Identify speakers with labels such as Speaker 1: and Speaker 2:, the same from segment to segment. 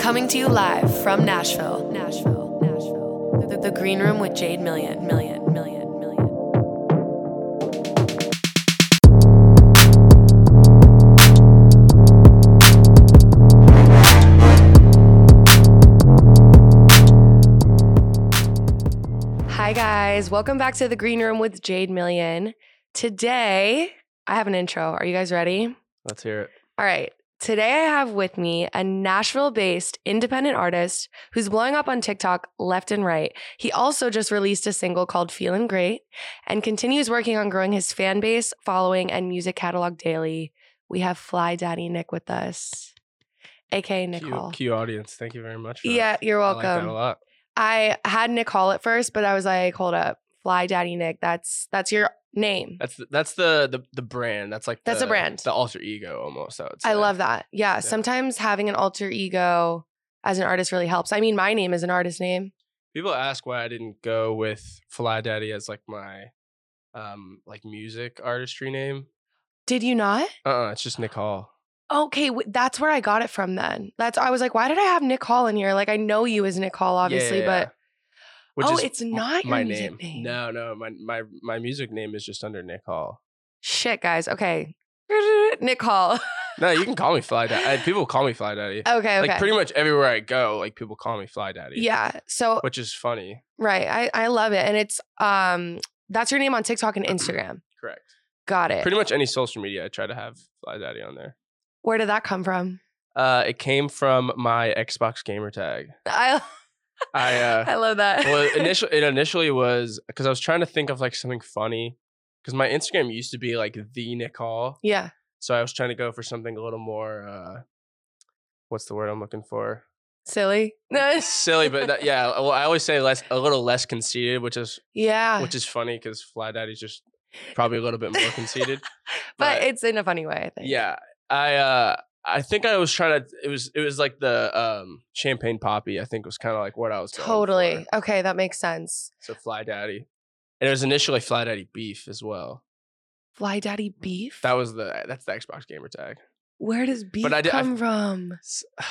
Speaker 1: Coming to you live from Nashville, Nashville, Nashville. The, the, the Green Room with Jade Million, Million, Million, Million. Hi, guys. Welcome back to the Green Room with Jade Million. Today, I have an intro. Are you guys ready?
Speaker 2: Let's hear it.
Speaker 1: All right. Today, I have with me a Nashville based independent artist who's blowing up on TikTok left and right. He also just released a single called Feeling Great and continues working on growing his fan base, following, and music catalog daily. We have Fly Daddy Nick with us, aka Nick
Speaker 2: Cue,
Speaker 1: Hall.
Speaker 2: cue audience. Thank you very much. For
Speaker 1: Yeah, you're
Speaker 2: that.
Speaker 1: welcome.
Speaker 2: I like that a lot.
Speaker 1: I had Nick Hall at first, but I was like, hold up, Fly Daddy Nick. That's that's your name.
Speaker 2: That's the, that's the, the the brand. That's like
Speaker 1: That's a
Speaker 2: the-
Speaker 1: brand.
Speaker 2: The alter ego almost. I, would
Speaker 1: I
Speaker 2: say.
Speaker 1: love that. Yeah,
Speaker 2: Yeah.
Speaker 1: Sometimes having an alter ego as an artist really helps. I mean, my name is an artist name.
Speaker 2: People ask why I didn't go with Fly Daddy as like my um like music artistry name.
Speaker 1: Did you not?
Speaker 2: Uh, uh it's just Nick Hall.
Speaker 1: Okay, w- that's where I got it from. Then that's I was like, why did I have Nick Hall in here? Like I know you as Nick Hall, obviously,
Speaker 2: Yeah, yeah, yeah.
Speaker 1: but
Speaker 2: Which
Speaker 1: Oh,
Speaker 2: is
Speaker 1: it's
Speaker 2: m-
Speaker 1: not your
Speaker 2: my
Speaker 1: music
Speaker 2: name.
Speaker 1: name.
Speaker 2: No, no, my my my music name is just under Nick Hall.
Speaker 1: shit, guys. Okay, Nick Hall.
Speaker 2: No, you can call me Fly Daddy. I- People call me Fly Daddy.
Speaker 1: okay, okay.
Speaker 2: Like pretty much everywhere I go, like people call me Fly Daddy.
Speaker 1: yeah. So
Speaker 2: which is funny.
Speaker 1: right, I I love it, and it's um that's your name on TikTok and Instagram.
Speaker 2: Correct.
Speaker 1: Got it.
Speaker 2: pretty much any social media i try to have fly daddy on there
Speaker 1: Where did that come from?
Speaker 2: uh it came from my xbox gamer tag
Speaker 1: I
Speaker 2: i uh
Speaker 1: I love that.
Speaker 2: well initially it initially was because i was trying to think of like something funny because my instagram used to be like the nick hall
Speaker 1: yeah.
Speaker 2: so i was trying to go for something a little more uh what's the word i'm looking for
Speaker 1: Silly. No.
Speaker 2: silly but that, yeah well i always say less a little less conceited which is
Speaker 1: Yeah.
Speaker 2: which is funny because fly daddy's just probably a little bit more conceited
Speaker 1: but it's in a funny way, I think.
Speaker 2: Yeah. I uh I think I was trying to it was it was like the um champagne poppy, I think was kind of like what I was going
Speaker 1: Totally.
Speaker 2: for.
Speaker 1: Okay, that makes sense.
Speaker 2: So fly daddy. And it was initially fly daddy beef as well.
Speaker 1: Fly Daddy Beef?
Speaker 2: That was the that's the Xbox gamer tag.
Speaker 1: Where does beef
Speaker 2: I did- I-
Speaker 1: come from?
Speaker 2: It's,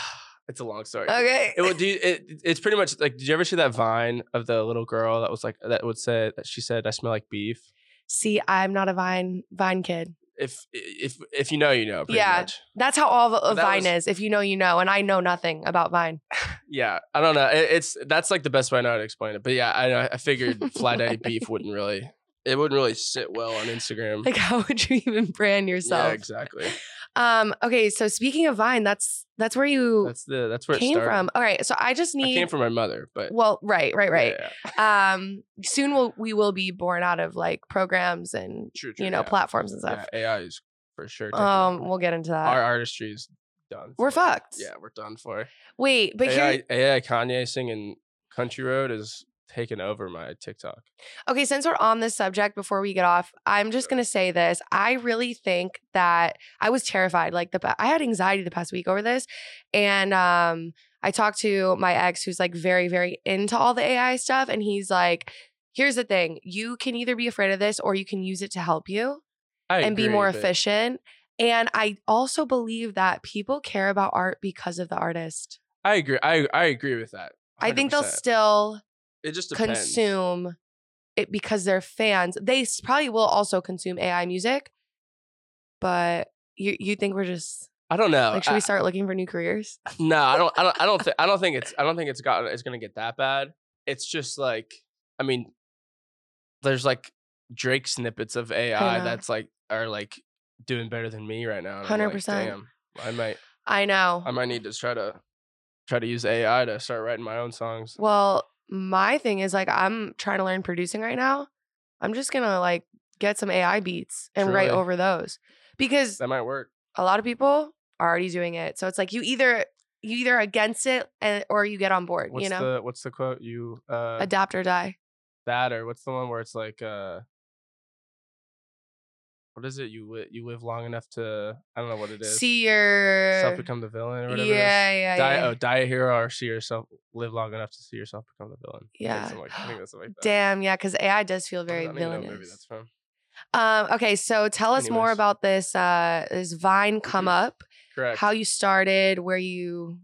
Speaker 2: it's a long story.
Speaker 1: Okay.
Speaker 2: It, would- do you- it, it's pretty much like did you ever see that vine of the little girl that was like that would say that she said I smell like beef?
Speaker 1: See, I'm not a Vine Vine kid.
Speaker 2: If if if you know you know pretty
Speaker 1: Yeah.
Speaker 2: much.
Speaker 1: That's how all of of
Speaker 2: that
Speaker 1: Vine
Speaker 2: was-
Speaker 1: is. If you know, you know. And I know nothing about Vine.
Speaker 2: Yeah, I don't know. It, it's that's like the best way I know how to explain it. But yeah, I I figured fly daddy beef wouldn't really it wouldn't really sit well on Instagram.
Speaker 1: Like, how would you even brand
Speaker 2: yeah,
Speaker 1: yourself?
Speaker 2: exactly.
Speaker 1: Um. Okay. So speaking of Vine, that's that's where you
Speaker 2: That's the that's where it
Speaker 1: came
Speaker 2: started.
Speaker 1: from. All right. So I just
Speaker 2: I
Speaker 1: need.
Speaker 2: came from my mother, but
Speaker 1: well, right, right, right.
Speaker 2: yeah, yeah.
Speaker 1: Um. Soon we'll, we will be born out of like programs and
Speaker 2: True, true,
Speaker 1: you know
Speaker 2: yeah.
Speaker 1: platforms and stuff.
Speaker 2: Yeah, AI is for sure. taking
Speaker 1: um.
Speaker 2: over.
Speaker 1: We'll get into that.
Speaker 2: our artistry is done.
Speaker 1: We're
Speaker 2: for.
Speaker 1: fucked.
Speaker 2: Yeah, we're done for.
Speaker 1: Wait, but here,
Speaker 2: AI, AI Kanye singing Country Road is taking over my TikTok.
Speaker 1: Okay, since we're on this subject, before we get off, I'm just gonna say this. I really think that I was terrified. Like the pa- I had anxiety the past week over this, and um, I talked to my ex, who's like very, very into all the AI stuff, and he's like, "Here's the thing: you can either be afraid of this, or you can use it to help you
Speaker 2: I
Speaker 1: and be
Speaker 2: agree,
Speaker 1: more
Speaker 2: but
Speaker 1: efficient." And I also believe that people care about art because of the artist.
Speaker 2: I agree. I I agree with that.
Speaker 1: I think they'll
Speaker 2: 100%.
Speaker 1: still
Speaker 2: it just depends.
Speaker 1: consume it because they're fans. They s- probably will also consume AI music, but you you think we're just
Speaker 2: I don't know.
Speaker 1: like should
Speaker 2: Oh, I-
Speaker 1: we start looking for new careers?
Speaker 2: No, I don't. I don't. I don't think. I don't think it's. I don't think it's got. It's gonna get that bad. It's just like. I mean, there's like Drake snippets of AI
Speaker 1: know.
Speaker 2: that's like are like doing better than me right now. and I'm like,
Speaker 1: 100%.
Speaker 2: Damn, I might.
Speaker 1: I know.
Speaker 2: I might need to try to try to use AI to start writing my own songs.
Speaker 1: well, my thing is like I'm trying to learn producing right now. I'm just gonna like get some AI beats and write
Speaker 2: Truly.
Speaker 1: over those because
Speaker 2: That might work.
Speaker 1: a lot of people are already doing it. So it's like you either you either against it and, or you get on board.
Speaker 2: What's
Speaker 1: you know,
Speaker 2: the What's the quote? You uh,
Speaker 1: adapt or die.
Speaker 2: that or what's the one where it's like uh. What is it? You li- you live long enough to I don't know what it is.
Speaker 1: See your
Speaker 2: Self become the villain or
Speaker 1: yeah
Speaker 2: whatever. it is.
Speaker 1: yeah
Speaker 2: die,
Speaker 1: yeah.
Speaker 2: oh, die a hero or see yourself live long enough to see yourself become the villain. I
Speaker 1: Yeah.
Speaker 2: think, something like, I think that's something like that.
Speaker 1: Damn, yeah, because AI does feel
Speaker 2: I
Speaker 1: very
Speaker 2: don't even know what movie
Speaker 1: villainous.
Speaker 2: that's from.
Speaker 1: Um, okay, so tell us more
Speaker 2: Anyways.
Speaker 1: about this uh, this Vine come up,
Speaker 2: Correct.
Speaker 1: how you started, where you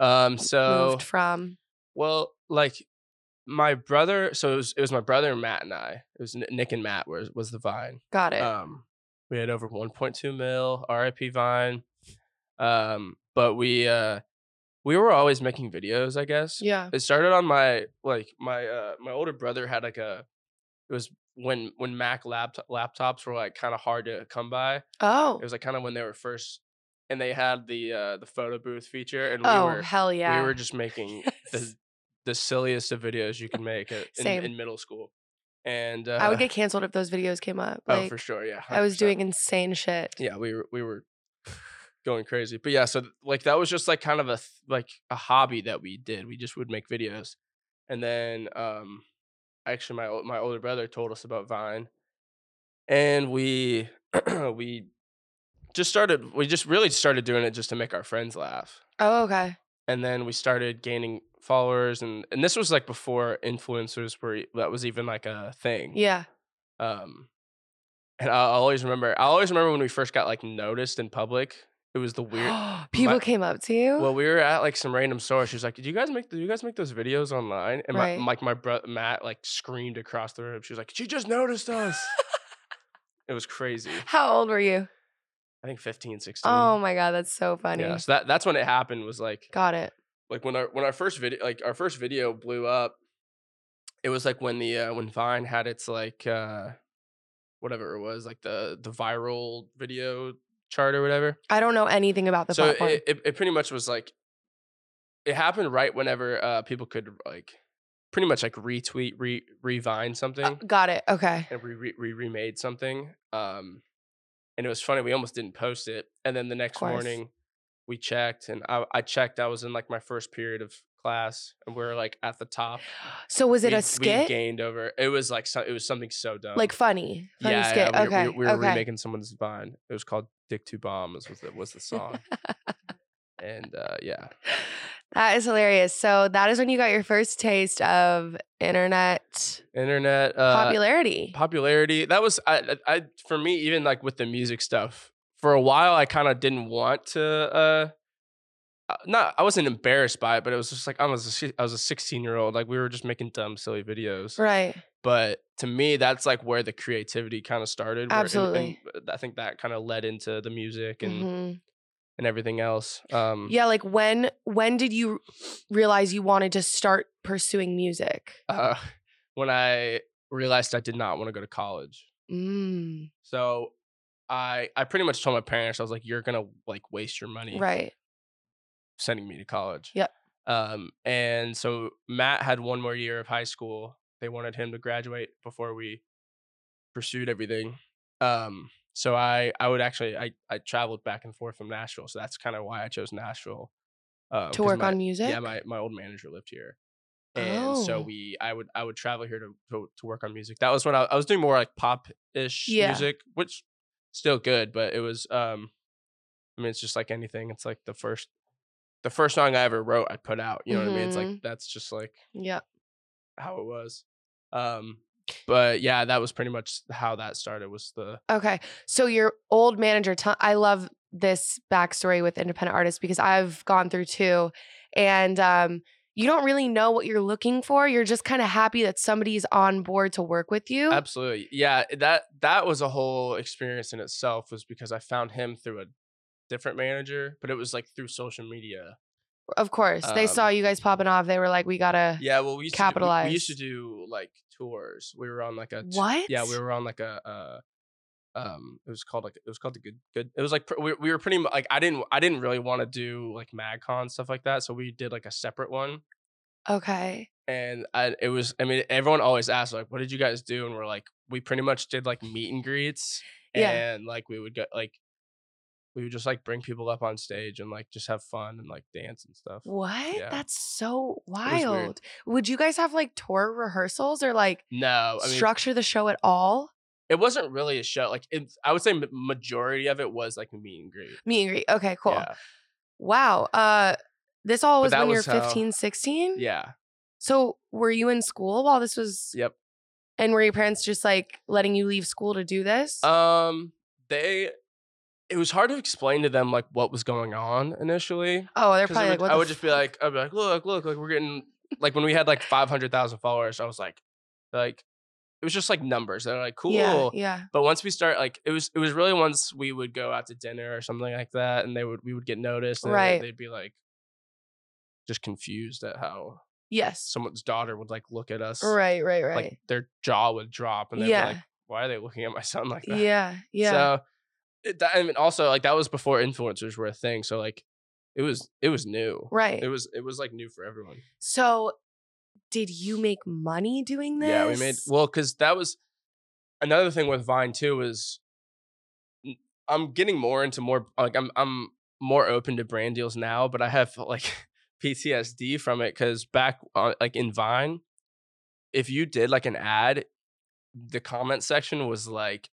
Speaker 2: Um, so
Speaker 1: moved from.
Speaker 2: well, like my brother. So it was it was my brother and Matt and I. It was Ni- Nick and Matt was was the Vine.
Speaker 1: Got it.
Speaker 2: Um, we had over 1.2 mil RIP Vine. Um, but we uh we were always making videos. I guess
Speaker 1: yeah.
Speaker 2: it started on my like my uh my older brother had like a it was when when Mac laptop laptops were like kind of hard to come by.
Speaker 1: Oh.
Speaker 2: It was like kind of when they were first, and they had the uh the photo booth feature, and we
Speaker 1: oh
Speaker 2: were
Speaker 1: hell yeah.
Speaker 2: we were just making the
Speaker 1: Yes.
Speaker 2: the silliest of videos you can make at, in,
Speaker 1: Same.
Speaker 2: in middle school, and uh,
Speaker 1: I would get canceled if those videos came up.
Speaker 2: oh
Speaker 1: Like
Speaker 2: for sure yeah
Speaker 1: I was
Speaker 2: 100%.
Speaker 1: doing insane shit.
Speaker 2: yeah we were we were going crazy but yeah so th- like that was just like kind of a th- like a hobby that we did we just would make videos and then um actually my ol- my older brother told us about vine and we we just started we just really started doing it just to make our friends laugh
Speaker 1: Oh okay.
Speaker 2: and then we started gaining followers and and this was like before influencers were e- that was even like a thing
Speaker 1: Yeah.
Speaker 2: um, and I always remember. I always remember when we first got like noticed in public. It was the weird.
Speaker 1: People
Speaker 2: my-
Speaker 1: came up to you.
Speaker 2: well, we were at like some random store. She was like, "Did you guys make? Do you guys make those videos online?" And
Speaker 1: Right.
Speaker 2: my, like my bro Matt like screamed across the room. She was like, "She just noticed us." it was crazy.
Speaker 1: How old were you?
Speaker 2: I think 15, 16.
Speaker 1: Oh my god, that's so funny.
Speaker 2: Yeah, so that that's when it happened. Was like
Speaker 1: Got it.
Speaker 2: like when our when our first video like our first video blew up it was like when the uh, when vine had its like uh whatever it was like the the viral video chart or whatever
Speaker 1: I don't know anything about the
Speaker 2: so
Speaker 1: platform.
Speaker 2: it, it, it pretty much was like it happened right whenever uh people could like pretty much like retweet re revine something
Speaker 1: Uh, got it. Okay.
Speaker 2: and we, re- we remade something. Um, and it was funny. We almost didn't post it. And then the next
Speaker 1: course.
Speaker 2: morning, we checked, and I, I checked. I was in like my first period of class, and we are like at the top.
Speaker 1: So was it
Speaker 2: We-
Speaker 1: a
Speaker 2: We
Speaker 1: skit?
Speaker 2: gained over. It was like so, it was something so dumb.
Speaker 1: Like funny. Funny
Speaker 2: yeah,
Speaker 1: skit.
Speaker 2: yeah, we,
Speaker 1: okay.
Speaker 2: We, we were
Speaker 1: okay.
Speaker 2: remaking someone's vine. It was called "Dick to Bombs" was the was the song. and uh, yeah,
Speaker 1: That is hilarious. So that is when you got your first taste of internet
Speaker 2: internet uh,
Speaker 1: popularity.
Speaker 2: popularity that was I, I I- for me even like with the music stuff for a while i kind of didn't want to uh uh, not i wasn't embarrassed by it but it was just like i was a, si- i was a 16 year old like we were just making dumb silly videos
Speaker 1: right.
Speaker 2: but to me that's like where the creativity kind of started where- and-
Speaker 1: Absolutely.
Speaker 2: and i think that kind of led into the music and
Speaker 1: hmm
Speaker 2: and everything else um
Speaker 1: Yeah, like when when did you realize you wanted to start pursuing music?
Speaker 2: uh, when i realized i did not want to go to college
Speaker 1: Mm,
Speaker 2: so i i pretty much told my parents i was like you're gonna like waste your money
Speaker 1: right.
Speaker 2: sending me to college.
Speaker 1: Yep.
Speaker 2: Um, and so Matt had one more year of high school. They wanted him to graduate before we pursued everything. Um, so I I would actually I I traveled back and forth from Nashville, so that's kind of why I chose Nashville. Uh,
Speaker 1: To
Speaker 2: 'cause
Speaker 1: work
Speaker 2: my-
Speaker 1: on music?
Speaker 2: Yeah, my my old manager lived here. And so
Speaker 1: Oh.
Speaker 2: we, I would, I would travel here to to, to work on music. That was when I, I was doing more like pop ish
Speaker 1: Yeah.
Speaker 2: music, which still good, but it was, um, I mean, it's just like anything. It's like the first, the first song I ever wrote, I put out. You know what I mean? It's like
Speaker 1: Mhm.
Speaker 2: that's just like
Speaker 1: yeah.
Speaker 2: how it was. Um, but yeah, that was pretty much how that started. Was the
Speaker 1: Okay. So your old manager, Tom, I love this backstory with independent artists because I've gone through two, and um, you don't really know what you're looking for. You're just kind of happy that somebody's on board to work with you.
Speaker 2: Absolutely. Yeah, eh, that that was a whole experience in itself was because I found him through a different manager, but it was like through social media.
Speaker 1: Of course, they saw
Speaker 2: Um,
Speaker 1: you guys popping off. They were like, "We gotta."
Speaker 2: Yeah, well we used to do- we- we used
Speaker 1: Capitalized.
Speaker 2: to do like tours. We were on like a t-
Speaker 1: What?
Speaker 2: Yeah, we were on like a uh um it was called like it was called the good good it was like pr- we, we were pretty much like I didn't I didn't really want to do like MagCon stuff like that, so we did like a separate one.
Speaker 1: okay.
Speaker 2: and I, it was i mean everyone always asks like what did you guys do and we're like we pretty much did like meet and greets
Speaker 1: Yeah.
Speaker 2: and like we would go like we would just like bring people up on stage and like just have fun and like dance and stuff
Speaker 1: What?
Speaker 2: Yeah.
Speaker 1: That's so
Speaker 2: was weird.
Speaker 1: wild. Would you guys have like tour rehearsals or like
Speaker 2: no Oh, i mean
Speaker 1: structure the show at all?
Speaker 2: it wasn't really a show like it, i would say ma- majority of it was like meet and greet
Speaker 1: Meet and greet. Okay, cool.
Speaker 2: yeah,
Speaker 1: Wow. Uh, this all
Speaker 2: But
Speaker 1: was
Speaker 2: that
Speaker 1: when you were
Speaker 2: was how-
Speaker 1: 15, 16?
Speaker 2: yeah.
Speaker 1: So were you in school while this was?
Speaker 2: Yep. Uh,
Speaker 1: And were your parents just like letting you leave school to do this?
Speaker 2: um they it was hard to explain to them like what was going on initially.
Speaker 1: Oh, they're
Speaker 2: 'Cause it
Speaker 1: probably like,
Speaker 2: would-
Speaker 1: what
Speaker 2: I
Speaker 1: the
Speaker 2: would just be
Speaker 1: fuck?
Speaker 2: like, I'd be like, look, look, like we're getting like when we had like five hundred thousand followers, I was like, like it was just like numbers. They're like, cool.
Speaker 1: Yeah, yeah.
Speaker 2: But once we start, like it was, it was really once we would go out to dinner or something like that, and they would, we would get noticed, and then
Speaker 1: Right.
Speaker 2: They'd be like, just confused at how
Speaker 1: Yes.
Speaker 2: someone's daughter would like look at us,
Speaker 1: Right, right, right.
Speaker 2: like their jaw would drop, and they'd
Speaker 1: yeah.
Speaker 2: be like, why are they looking at my son like that?
Speaker 1: yeah. Yeah.
Speaker 2: So, it, that, I mean, also like that was before influencers were a thing, so like it was, it was new.
Speaker 1: right.
Speaker 2: It was, it was like new for everyone.
Speaker 1: so did you make money doing this? Oh
Speaker 2: Yeah, we made well because that was another thing with Vine too is n- I'm getting more into more like I'm I'm more open to brand deals now, but I have like PTSD from it because back on, like in Vine, if you did like an ad, the comment section was like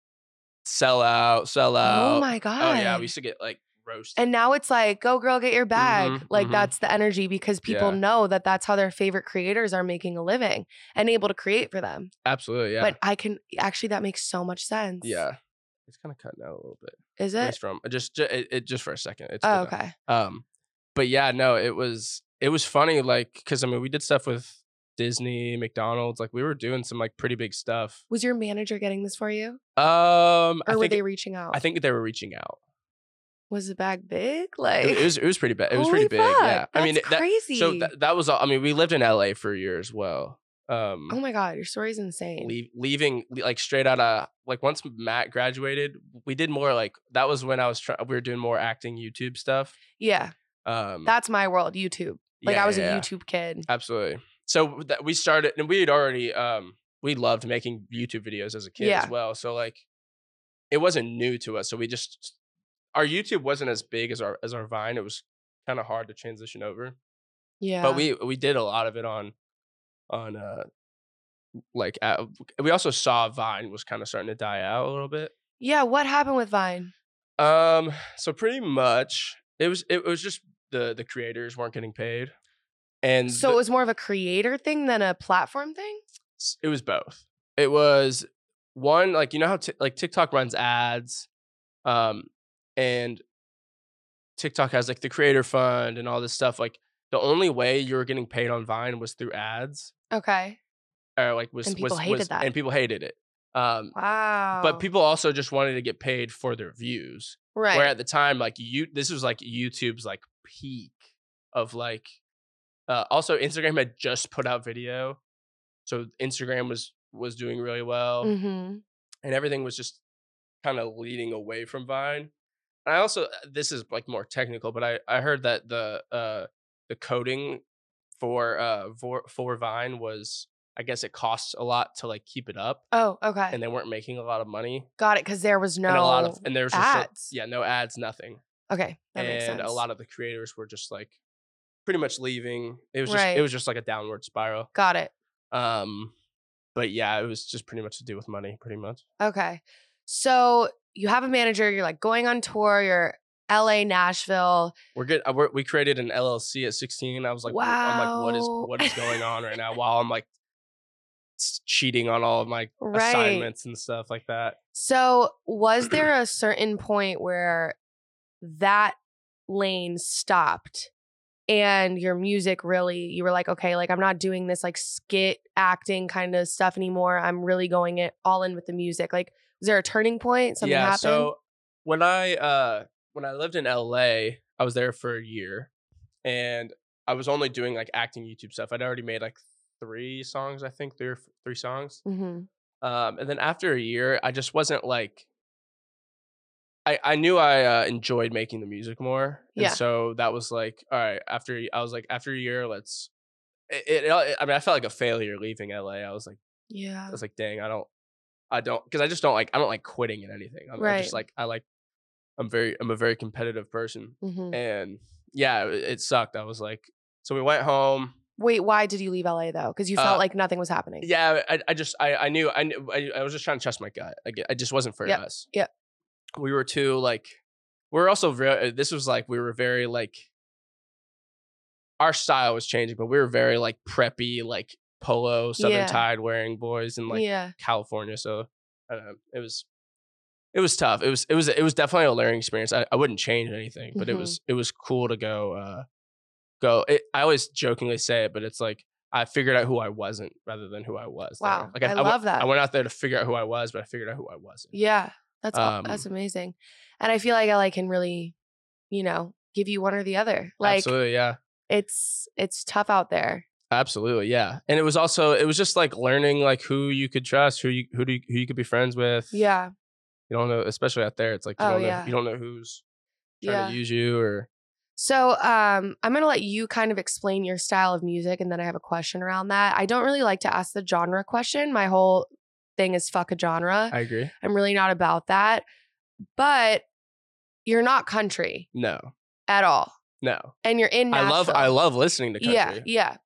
Speaker 2: sell out, sell out.
Speaker 1: Oh my god.
Speaker 2: Oh yeah, we used to get like roasted.
Speaker 1: and now it's like, go girl, get your bag.
Speaker 2: Mhm,
Speaker 1: like
Speaker 2: mhm.
Speaker 1: that's the energy because people
Speaker 2: Yeah.
Speaker 1: know that that's how their favorite creators are making a living and able to create for them.
Speaker 2: Absolutely, yeah,
Speaker 1: But I can actually that makes so much sense.
Speaker 2: yeah. It's kind of cutting out a little bit.
Speaker 1: Is
Speaker 2: Where
Speaker 1: it?
Speaker 2: it's from just ju- it, it just for a second. It's
Speaker 1: Oh,
Speaker 2: good now.
Speaker 1: okay.
Speaker 2: Um, but yeah, no, it was it was funny, like because I mean we did stuff with Disney, McDonald's, like we were doing some like pretty big stuff.
Speaker 1: Was your manager getting this for you?
Speaker 2: Um,
Speaker 1: Or
Speaker 2: I
Speaker 1: were
Speaker 2: think
Speaker 1: they reaching out?
Speaker 2: I think they were reaching out.
Speaker 1: was the bag big?
Speaker 2: It,
Speaker 1: Like
Speaker 2: it was it was pretty bad. It was
Speaker 1: Eh, holy
Speaker 2: pretty big. Yeah,
Speaker 1: fuck,
Speaker 2: I mean
Speaker 1: that's
Speaker 2: that,
Speaker 1: crazy.
Speaker 2: so that, that was all. I mean we lived in LA for a year as well. Um,
Speaker 1: oh my god, your story's insane.
Speaker 2: leave, leaving le- like straight out of like once Matt graduated, we did more like that was when I was trying. We were doing more acting YouTube stuff.
Speaker 1: yeah,
Speaker 2: Um,
Speaker 1: that's my world. YouTube. Like
Speaker 2: yeah,
Speaker 1: I was
Speaker 2: yeah,
Speaker 1: a
Speaker 2: yeah.
Speaker 1: YouTube kid.
Speaker 2: Absolutely. So that we started, and we had already, um, we loved making YouTube videos as a kid
Speaker 1: Yeah.
Speaker 2: as well. So like, it wasn't new to us. So we just, our YouTube wasn't as big as our as our Vine. It was kind of hard to transition over,
Speaker 1: Yeah,
Speaker 2: but we we did a lot of it on, on uh, like uh, we also saw Vine was kind of starting to die out a little bit.
Speaker 1: yeah. What happened with Vine?
Speaker 2: Um, so pretty much it was it was just the the creators weren't getting paid, and
Speaker 1: So
Speaker 2: the-
Speaker 1: it was more of a creator thing than a platform thing.
Speaker 2: s- it was both. It was one like you know how t- like TikTok runs ads, um, and TikTok has like the creator fund and all this stuff. Like the only way you were getting paid on Vine was through ads,
Speaker 1: Okay.
Speaker 2: or like was
Speaker 1: And people
Speaker 2: was,
Speaker 1: hated
Speaker 2: was-
Speaker 1: that.
Speaker 2: and people hated it. Um,
Speaker 1: Wow.
Speaker 2: but people also just wanted to get paid for their views.
Speaker 1: right?
Speaker 2: Where at the time, like you, this was like YouTube's like peak of like. Uh, also, Instagram had just put out video, so Instagram was was doing really well,
Speaker 1: hmm
Speaker 2: and everything was just kind of leading away from Vine. And I also uh, this is like more technical, but I I heard that the uh the coding for uh for, for Vine was I guess it costs a lot to like keep it up,
Speaker 1: Oh, okay.
Speaker 2: and they weren't making a lot of money,
Speaker 1: Got it. Because there was no
Speaker 2: and a lot of and there's just a-
Speaker 1: ads.
Speaker 2: yeah no ads nothing
Speaker 1: Okay, that makes
Speaker 2: and
Speaker 1: sense.
Speaker 2: a lot of the creators were just like pretty much leaving. It was just
Speaker 1: Right.
Speaker 2: it was just like a downward spiral.
Speaker 1: Got it.
Speaker 2: Um, but yeah, it was just pretty much to do with money, pretty much.
Speaker 1: Okay. So you have a manager. You're like going on tour. You're L.A., Nashville.
Speaker 2: We're good. uh, We're, we created an LLC at 16. I was like, I'm like, what is
Speaker 1: Wow.
Speaker 2: what is going on right now? While I'm like s- cheating on all of my
Speaker 1: Right.
Speaker 2: assignments and stuff like that.
Speaker 1: So, was there a certain point where that lane stopped and your music really, you were like, okay, like I'm not doing this like skit acting kind of stuff anymore. I'm really going it all in with the music. Like, was there a turning point? Something
Speaker 2: yeah.
Speaker 1: happened?
Speaker 2: So when I uh when I lived in LA, I was there for a year, and I was only doing like acting YouTube stuff. I'd already made like three songs, I think, three or f- three songs.
Speaker 1: hmm
Speaker 2: Um, and then after a year, I just wasn't like. I, I knew I uh, enjoyed making the music more, and
Speaker 1: Yeah.
Speaker 2: so that was like, all right. After a- I was like, after a year, let's. It, it, I mean, I felt like a failure leaving LA. I was like.
Speaker 1: Yeah.
Speaker 2: I was like, dang, I don't, I don't, because I just don't like, I don't like quitting in anything. I'm, I'm
Speaker 1: Right.
Speaker 2: just like, I like, I'm very, I'm a very competitive person,
Speaker 1: hmm
Speaker 2: and yeah, it, it sucked. I was like, so we went home.
Speaker 1: Wait, why did you leave LA though? Because you felt
Speaker 2: Uh,
Speaker 1: like nothing was happening.
Speaker 2: Yeah, I, I just, I, I knew, I, knew, I, I was just trying to trust my gut. Like, it- I just wasn't for
Speaker 1: Yep,
Speaker 2: us.
Speaker 1: yep.
Speaker 2: We were too like, we we're also very. This was like we were very like. Our style was changing, but we were very like preppy, like polo, southern
Speaker 1: Yeah.
Speaker 2: tide wearing boys, and like
Speaker 1: yeah.
Speaker 2: California. So I don't know. It was it was tough. It was it was it was definitely a learning experience. I, I wouldn't change anything, but it
Speaker 1: Mhm.
Speaker 2: was it was cool to go uh go. It, I always jokingly say it, but it's like I figured out who I wasn't rather than who I was. there.
Speaker 1: Wow,
Speaker 2: like
Speaker 1: I
Speaker 2: went-
Speaker 1: love that.
Speaker 2: I went out there to figure out who I was, but I figured out who I wasn't.
Speaker 1: Yeah, that's aw-
Speaker 2: Um,
Speaker 1: that's amazing, and I feel like I like can really, you know, give you one or the other. Like
Speaker 2: Absolutely, yeah.
Speaker 1: it's it's tough out there.
Speaker 2: Absolutely, yeah. And it was also it was just like learning like who you could trust, who you who do you, who you could be friends with.
Speaker 1: Yeah,
Speaker 2: You don't know, especially out there. It's like you
Speaker 1: Oh,
Speaker 2: don't know,
Speaker 1: yeah.
Speaker 2: you don't know who's trying
Speaker 1: yeah.
Speaker 2: to use you or
Speaker 1: So um, I'm gonna let you kind of explain your style of music, and then I have a question around that. I don't really like to ask the genre question. My whole thing is fuck a genre.
Speaker 2: I agree.
Speaker 1: I'm really not about that. But you're not country
Speaker 2: No.
Speaker 1: at all,
Speaker 2: No.
Speaker 1: and you're in.
Speaker 2: I
Speaker 1: Nashville.
Speaker 2: love I love listening to country.
Speaker 1: Yeah, yeah.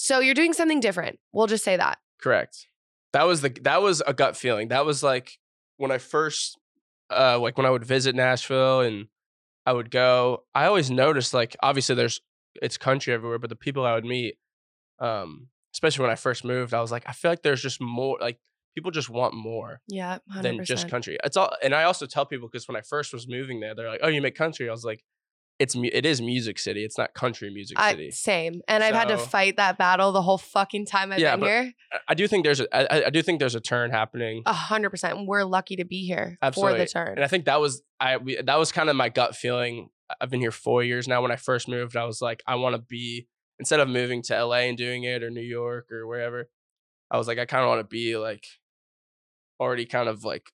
Speaker 1: So you're doing something different. We'll just say that.
Speaker 2: Correct. That was the that was a gut feeling. That was like when I first uh like when I would visit Nashville and I would go, I always noticed like obviously there's it's country everywhere, but the people I would meet, um, especially when I first moved, I was like, I feel like there's just more like people just want more
Speaker 1: Yeah, 100%.
Speaker 2: than just country. It's all and I also tell people because when I first was moving there, they're like, Oh, you make country. I was like, it's mu- it is music city. It's not country music
Speaker 1: I-
Speaker 2: city.
Speaker 1: same, and I've had to
Speaker 2: So-
Speaker 1: fight that battle the whole fucking time I've
Speaker 2: Yeah,
Speaker 1: been
Speaker 2: but-
Speaker 1: here.
Speaker 2: I- I do think there's a I, I- I do think there's a turn happening.
Speaker 1: A hundred percent. We're lucky to be here for
Speaker 2: Absolutely.
Speaker 1: the turn.
Speaker 2: And I think that was I we, that was kind of my gut feeling. I- I've been here four years now. When I first moved, I was like, I want to be instead of moving to LA and doing it or New York or wherever. I was like, I kind of want to be like already kind of like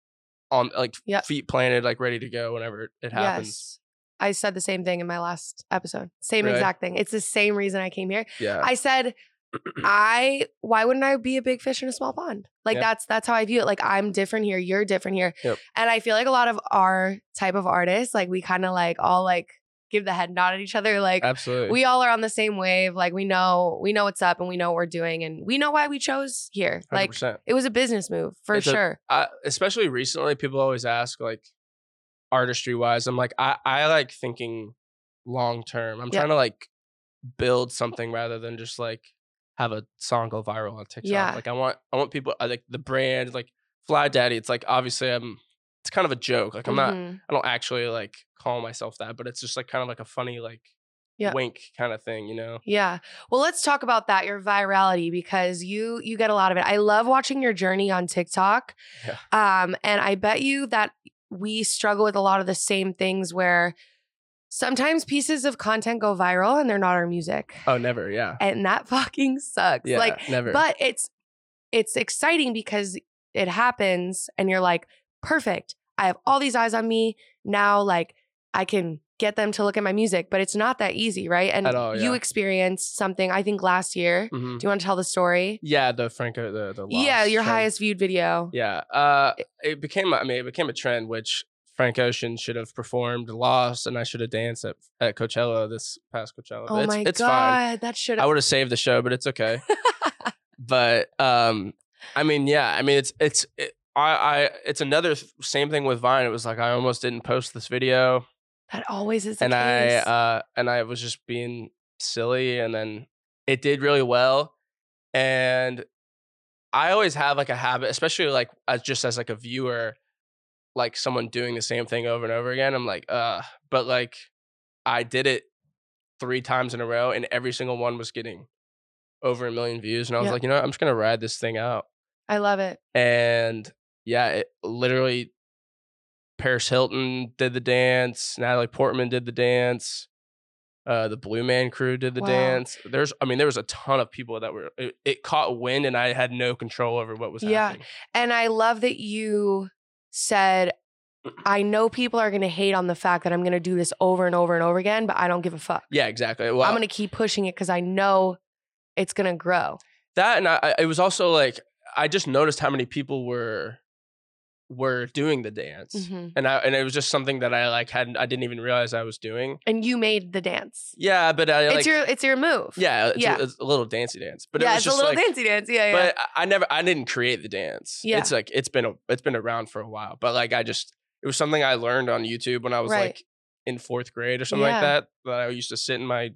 Speaker 2: on like
Speaker 1: Yep.
Speaker 2: feet planted, like ready to go whenever it happens.
Speaker 1: Yes. I said the same thing in my last episode. Same
Speaker 2: Really?
Speaker 1: exact thing. It's the same reason I came here.
Speaker 2: Yeah,
Speaker 1: I said, I why wouldn't I be a big fish in a small pond? Like
Speaker 2: Yeah.
Speaker 1: that's that's how I view it. Like I'm different here, you're different here.
Speaker 2: Yep.
Speaker 1: And I feel like a lot of our type of artists, like we kind of like all like give the head nod at each other. Like
Speaker 2: absolutely.
Speaker 1: we all are on the same wave. Like we know we know what's up and we know what we're doing and we know why we chose here. Like
Speaker 2: 100%.
Speaker 1: it was a business move for
Speaker 2: It's a-
Speaker 1: sure.
Speaker 2: I, especially recently, people always ask like artistry wise. I'm like, I, I like thinking long term. I'm
Speaker 1: Yeah.
Speaker 2: trying to like build something rather than just like have a song go viral on TikTok.
Speaker 1: Yeah.
Speaker 2: Like I want I want people I like the brand, like Fly Daddy. It's like obviously I'm it's kind of a joke. Like I'm not
Speaker 1: Mhm.
Speaker 2: I don't actually like call myself that, but it's just like kind of like a funny like
Speaker 1: Yeah.
Speaker 2: wink kind of thing, you know?
Speaker 1: Yeah. Well, let's talk about that your virality because you you get a lot of it. I love watching your journey on TikTok.
Speaker 2: Yeah.
Speaker 1: Um and I bet you that we struggle with a lot of the same things where sometimes pieces of content go viral and they're not our music.
Speaker 2: Oh never, yeah.
Speaker 1: And that fucking sucks.
Speaker 2: Yeah.
Speaker 1: Like
Speaker 2: never.
Speaker 1: but it's it's exciting because it happens and you're like, perfect. I have all these eyes on me. Now like I can get them to look at my music, but it's not that easy, right? And
Speaker 2: At all,
Speaker 1: you
Speaker 2: yeah.
Speaker 1: experienced something I think last year.
Speaker 2: Mhm.
Speaker 1: Do you want to tell the story?
Speaker 2: Yeah, the Franco the the
Speaker 1: yeah,
Speaker 2: lost
Speaker 1: your
Speaker 2: trend.
Speaker 1: highest viewed video.
Speaker 2: Yeah. Uh, it became, I mean, it became a trend, which Frank Ocean should have performed Lost and I should have danced at, at Coachella this past Coachella.
Speaker 1: Oh
Speaker 2: it's,
Speaker 1: my
Speaker 2: it's fine.
Speaker 1: god, that should
Speaker 2: I would have saved the show, but it's okay. but, um, I mean, yeah, I mean, it's, it's, it, I, I, it's another th- same thing with Vine. It was like, I almost didn't post this video
Speaker 1: that always is the
Speaker 2: and I
Speaker 1: case.
Speaker 2: uh, and I was just being silly, and then it did really well. And I always have like a habit, especially like as just as like a viewer, like someone doing the same thing over and over again. I'm like, uh, but like I did it three times in a row, and every single one was getting over a million views, and I was
Speaker 1: Yeah.
Speaker 2: like, you know, what? I'm just gonna ride this thing out
Speaker 1: I love it.
Speaker 2: and yeah, it literally Paris Hilton did the dance, Natalie Portman did the dance, uh, the Blue Man Crew did the
Speaker 1: Wow.
Speaker 2: dance. There's, I mean, there was a ton of people that were. It, it caught wind, and I had no control over what was
Speaker 1: Yeah.
Speaker 2: happening.
Speaker 1: And I love that you said I know people are going to hate on the fact that I'm going to do this over and over and over again, but I don't give a fuck.
Speaker 2: Yeah, exactly. Well,
Speaker 1: I'm going to keep pushing it cuz I know it's going to grow.
Speaker 2: that, and I, I- it was also like I just noticed how many people were were doing the dance,
Speaker 1: Mhm.
Speaker 2: and I and it was just something that I like hadn't, I didn't even realize I was doing.
Speaker 1: And you made the dance.
Speaker 2: Yeah, but I like,
Speaker 1: it's your it's your move.
Speaker 2: yeah, it's,
Speaker 1: yeah.
Speaker 2: A, it's a little dancey dance, but
Speaker 1: yeah,
Speaker 2: it was
Speaker 1: it's
Speaker 2: just
Speaker 1: a little
Speaker 2: like,
Speaker 1: dancey dance. Yeah, yeah.
Speaker 2: but I I never I didn't create the dance.
Speaker 1: Yeah.
Speaker 2: It's like it's been a, it's been around for a while. But like I just it was something I learned on YouTube when I was
Speaker 1: Right.
Speaker 2: like in fourth grade or something
Speaker 1: Yeah.
Speaker 2: like that. That I used to sit in my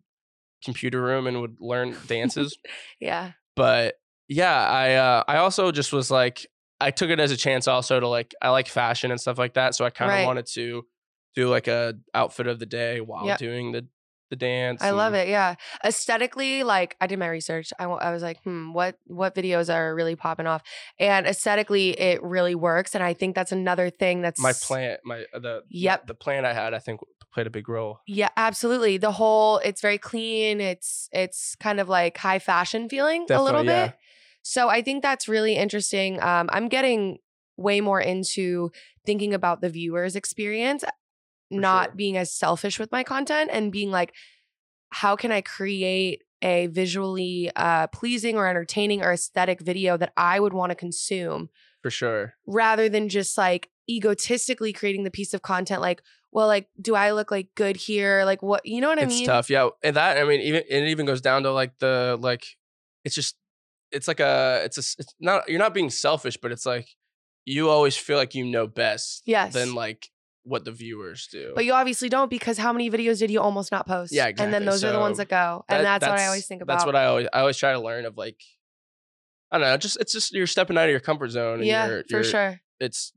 Speaker 2: computer room and would learn dances.
Speaker 1: yeah.
Speaker 2: but yeah, I uh I also just was like I took it as a chance also to like I like fashion and stuff like that, so I kind of
Speaker 1: Right.
Speaker 2: wanted to do like a outfit of the day while
Speaker 1: Yep.
Speaker 2: doing the the dance.
Speaker 1: I love
Speaker 2: and-
Speaker 1: it. Yeah, aesthetically, like I did my research. I, wa- I was like, hmm, what what videos are really popping off? And aesthetically, it really works. And I think that's another thing that's
Speaker 2: My plan, my uh, the
Speaker 1: Yep.
Speaker 2: the plan I had, I think played a big role.
Speaker 1: Yeah, absolutely. The whole it's very clean. It's it's kind of like high fashion feeling a little
Speaker 2: Definitely, yeah.
Speaker 1: bit. So I think that's really interesting. Um, I'm getting way more into thinking about the viewer's experience, not
Speaker 2: sure.
Speaker 1: being as selfish with my content and being like, how can I create a visually uh, pleasing or entertaining or aesthetic video that I would want to consume
Speaker 2: for sure.
Speaker 1: rather than just like egotistically creating the piece of content like well like do i look like good here like what you know what i
Speaker 2: it's
Speaker 1: mean
Speaker 2: tough, yeah. And that I mean, even it even goes down to like the like, it's just it's like a it's a s- it's not you're not being selfish, but it's like you always feel like you know best
Speaker 1: yes
Speaker 2: than like what the viewers do.
Speaker 1: but you obviously don't because how many videos did you almost not post
Speaker 2: Yeah,
Speaker 1: and then
Speaker 2: exactly.
Speaker 1: those are the ones
Speaker 2: So
Speaker 1: that go and
Speaker 2: That-
Speaker 1: that's, what i always think about
Speaker 2: That's what I always I always try to learn of like I don't know, just it's just you're stepping out of your comfort zone. And
Speaker 1: yeah
Speaker 2: you're,
Speaker 1: for
Speaker 2: you're-
Speaker 1: sure
Speaker 2: It's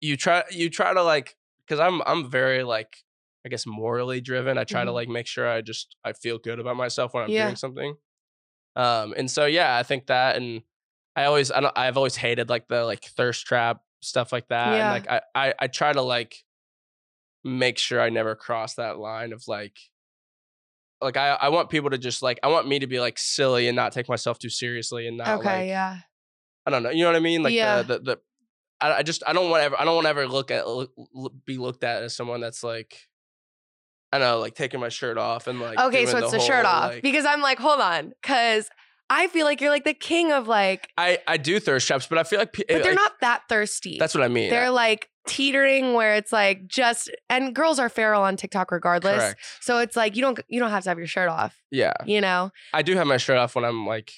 Speaker 2: you try you try to like because I'm I'm very like I guess morally driven. I try to
Speaker 1: Mhm.
Speaker 2: like make sure I just I feel good about myself when I'm
Speaker 1: Yeah.
Speaker 2: doing something. Um, and so yeah, I think that and I always I don't I've always hated like the like thirst trap stuff like that.
Speaker 1: Yeah.
Speaker 2: And like I, I I try to like make sure I never cross that line of like like I I want people to just like I want me to be like silly and not take myself too seriously and not
Speaker 1: okay
Speaker 2: like
Speaker 1: yeah
Speaker 2: I don't know you know what I mean like
Speaker 1: Yeah.
Speaker 2: the the, the I, I just I don't want ever I don't want to ever look at look, look- be looked at as someone that's like I don't know like taking my shirt off and like
Speaker 1: okay so
Speaker 2: doing
Speaker 1: it's the, shirt
Speaker 2: whole,
Speaker 1: off
Speaker 2: like-
Speaker 1: because i'm like hold on because i feel like you're like the king of like
Speaker 2: I I do thirst traps but I feel like pe-
Speaker 1: but they're
Speaker 2: like,
Speaker 1: not that thirsty
Speaker 2: that's what I mean
Speaker 1: they're like teetering where it's like just and girls are feral on tiktok regardless
Speaker 2: correct
Speaker 1: So it's like you don't you don't have to have your shirt off,
Speaker 2: yeah
Speaker 1: you know?
Speaker 2: I do have my shirt off when I'm like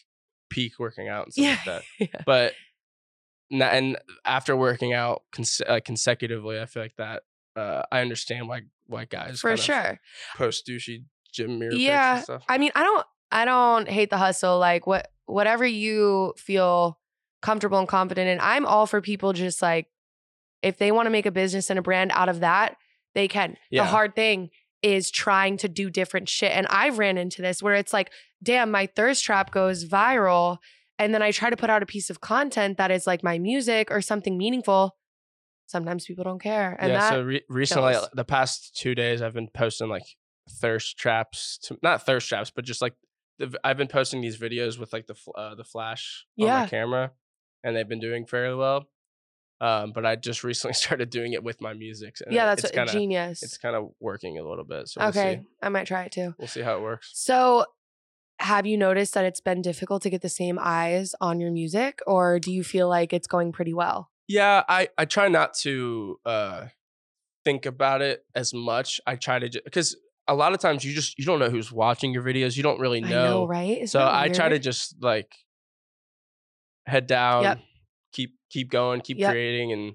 Speaker 2: peak working out and stuff like that.
Speaker 1: yeah.
Speaker 2: But n- and after working out cons- uh, consecutively, I feel like that uh, I understand why why guys
Speaker 1: For
Speaker 2: kind of
Speaker 1: sure.
Speaker 2: post douchey gym mirror
Speaker 1: Yeah.
Speaker 2: pics and stuff.
Speaker 1: I mean, I don't I don't hate the hustle. Like what whatever you feel comfortable and confident in. I'm all for people just like if they want to make a business and a brand out of that, they can.
Speaker 2: Yeah.
Speaker 1: The hard thing is trying to do different shit. And I've ran into this where it's like, damn, my thirst trap goes viral. And then I try to put out a piece of content that is like my music or something meaningful. Sometimes people don't care. And
Speaker 2: yeah.
Speaker 1: that
Speaker 2: so re- recently,
Speaker 1: kills.
Speaker 2: the past two days, I've been posting like thirst traps, to, not thirst traps, but just like the, v- I've been posting these videos with like the fl- uh, the flash on
Speaker 1: Yeah.
Speaker 2: my camera, and they've been doing fairly well. Um, but I just recently started doing it with my music. and
Speaker 1: yeah,
Speaker 2: it-
Speaker 1: that's
Speaker 2: uh, it's
Speaker 1: what,
Speaker 2: kinda-
Speaker 1: genius.
Speaker 2: it's kind of working a little bit. So
Speaker 1: okay,
Speaker 2: we'll see.
Speaker 1: I might try it too.
Speaker 2: We'll see how it works.
Speaker 1: So, have you noticed that it's been difficult to get the same eyes on your music, or do you feel like it's going pretty well?
Speaker 2: Yeah, I I try not to uh think about it as much. I try to because a lot of times you just you don't know who's watching your videos. You don't really know.
Speaker 1: I know, right? Isn't
Speaker 2: so
Speaker 1: that
Speaker 2: I try to
Speaker 1: weird?
Speaker 2: just like head down,
Speaker 1: Yep.
Speaker 2: keep keep going, keep
Speaker 1: Yep.
Speaker 2: creating, and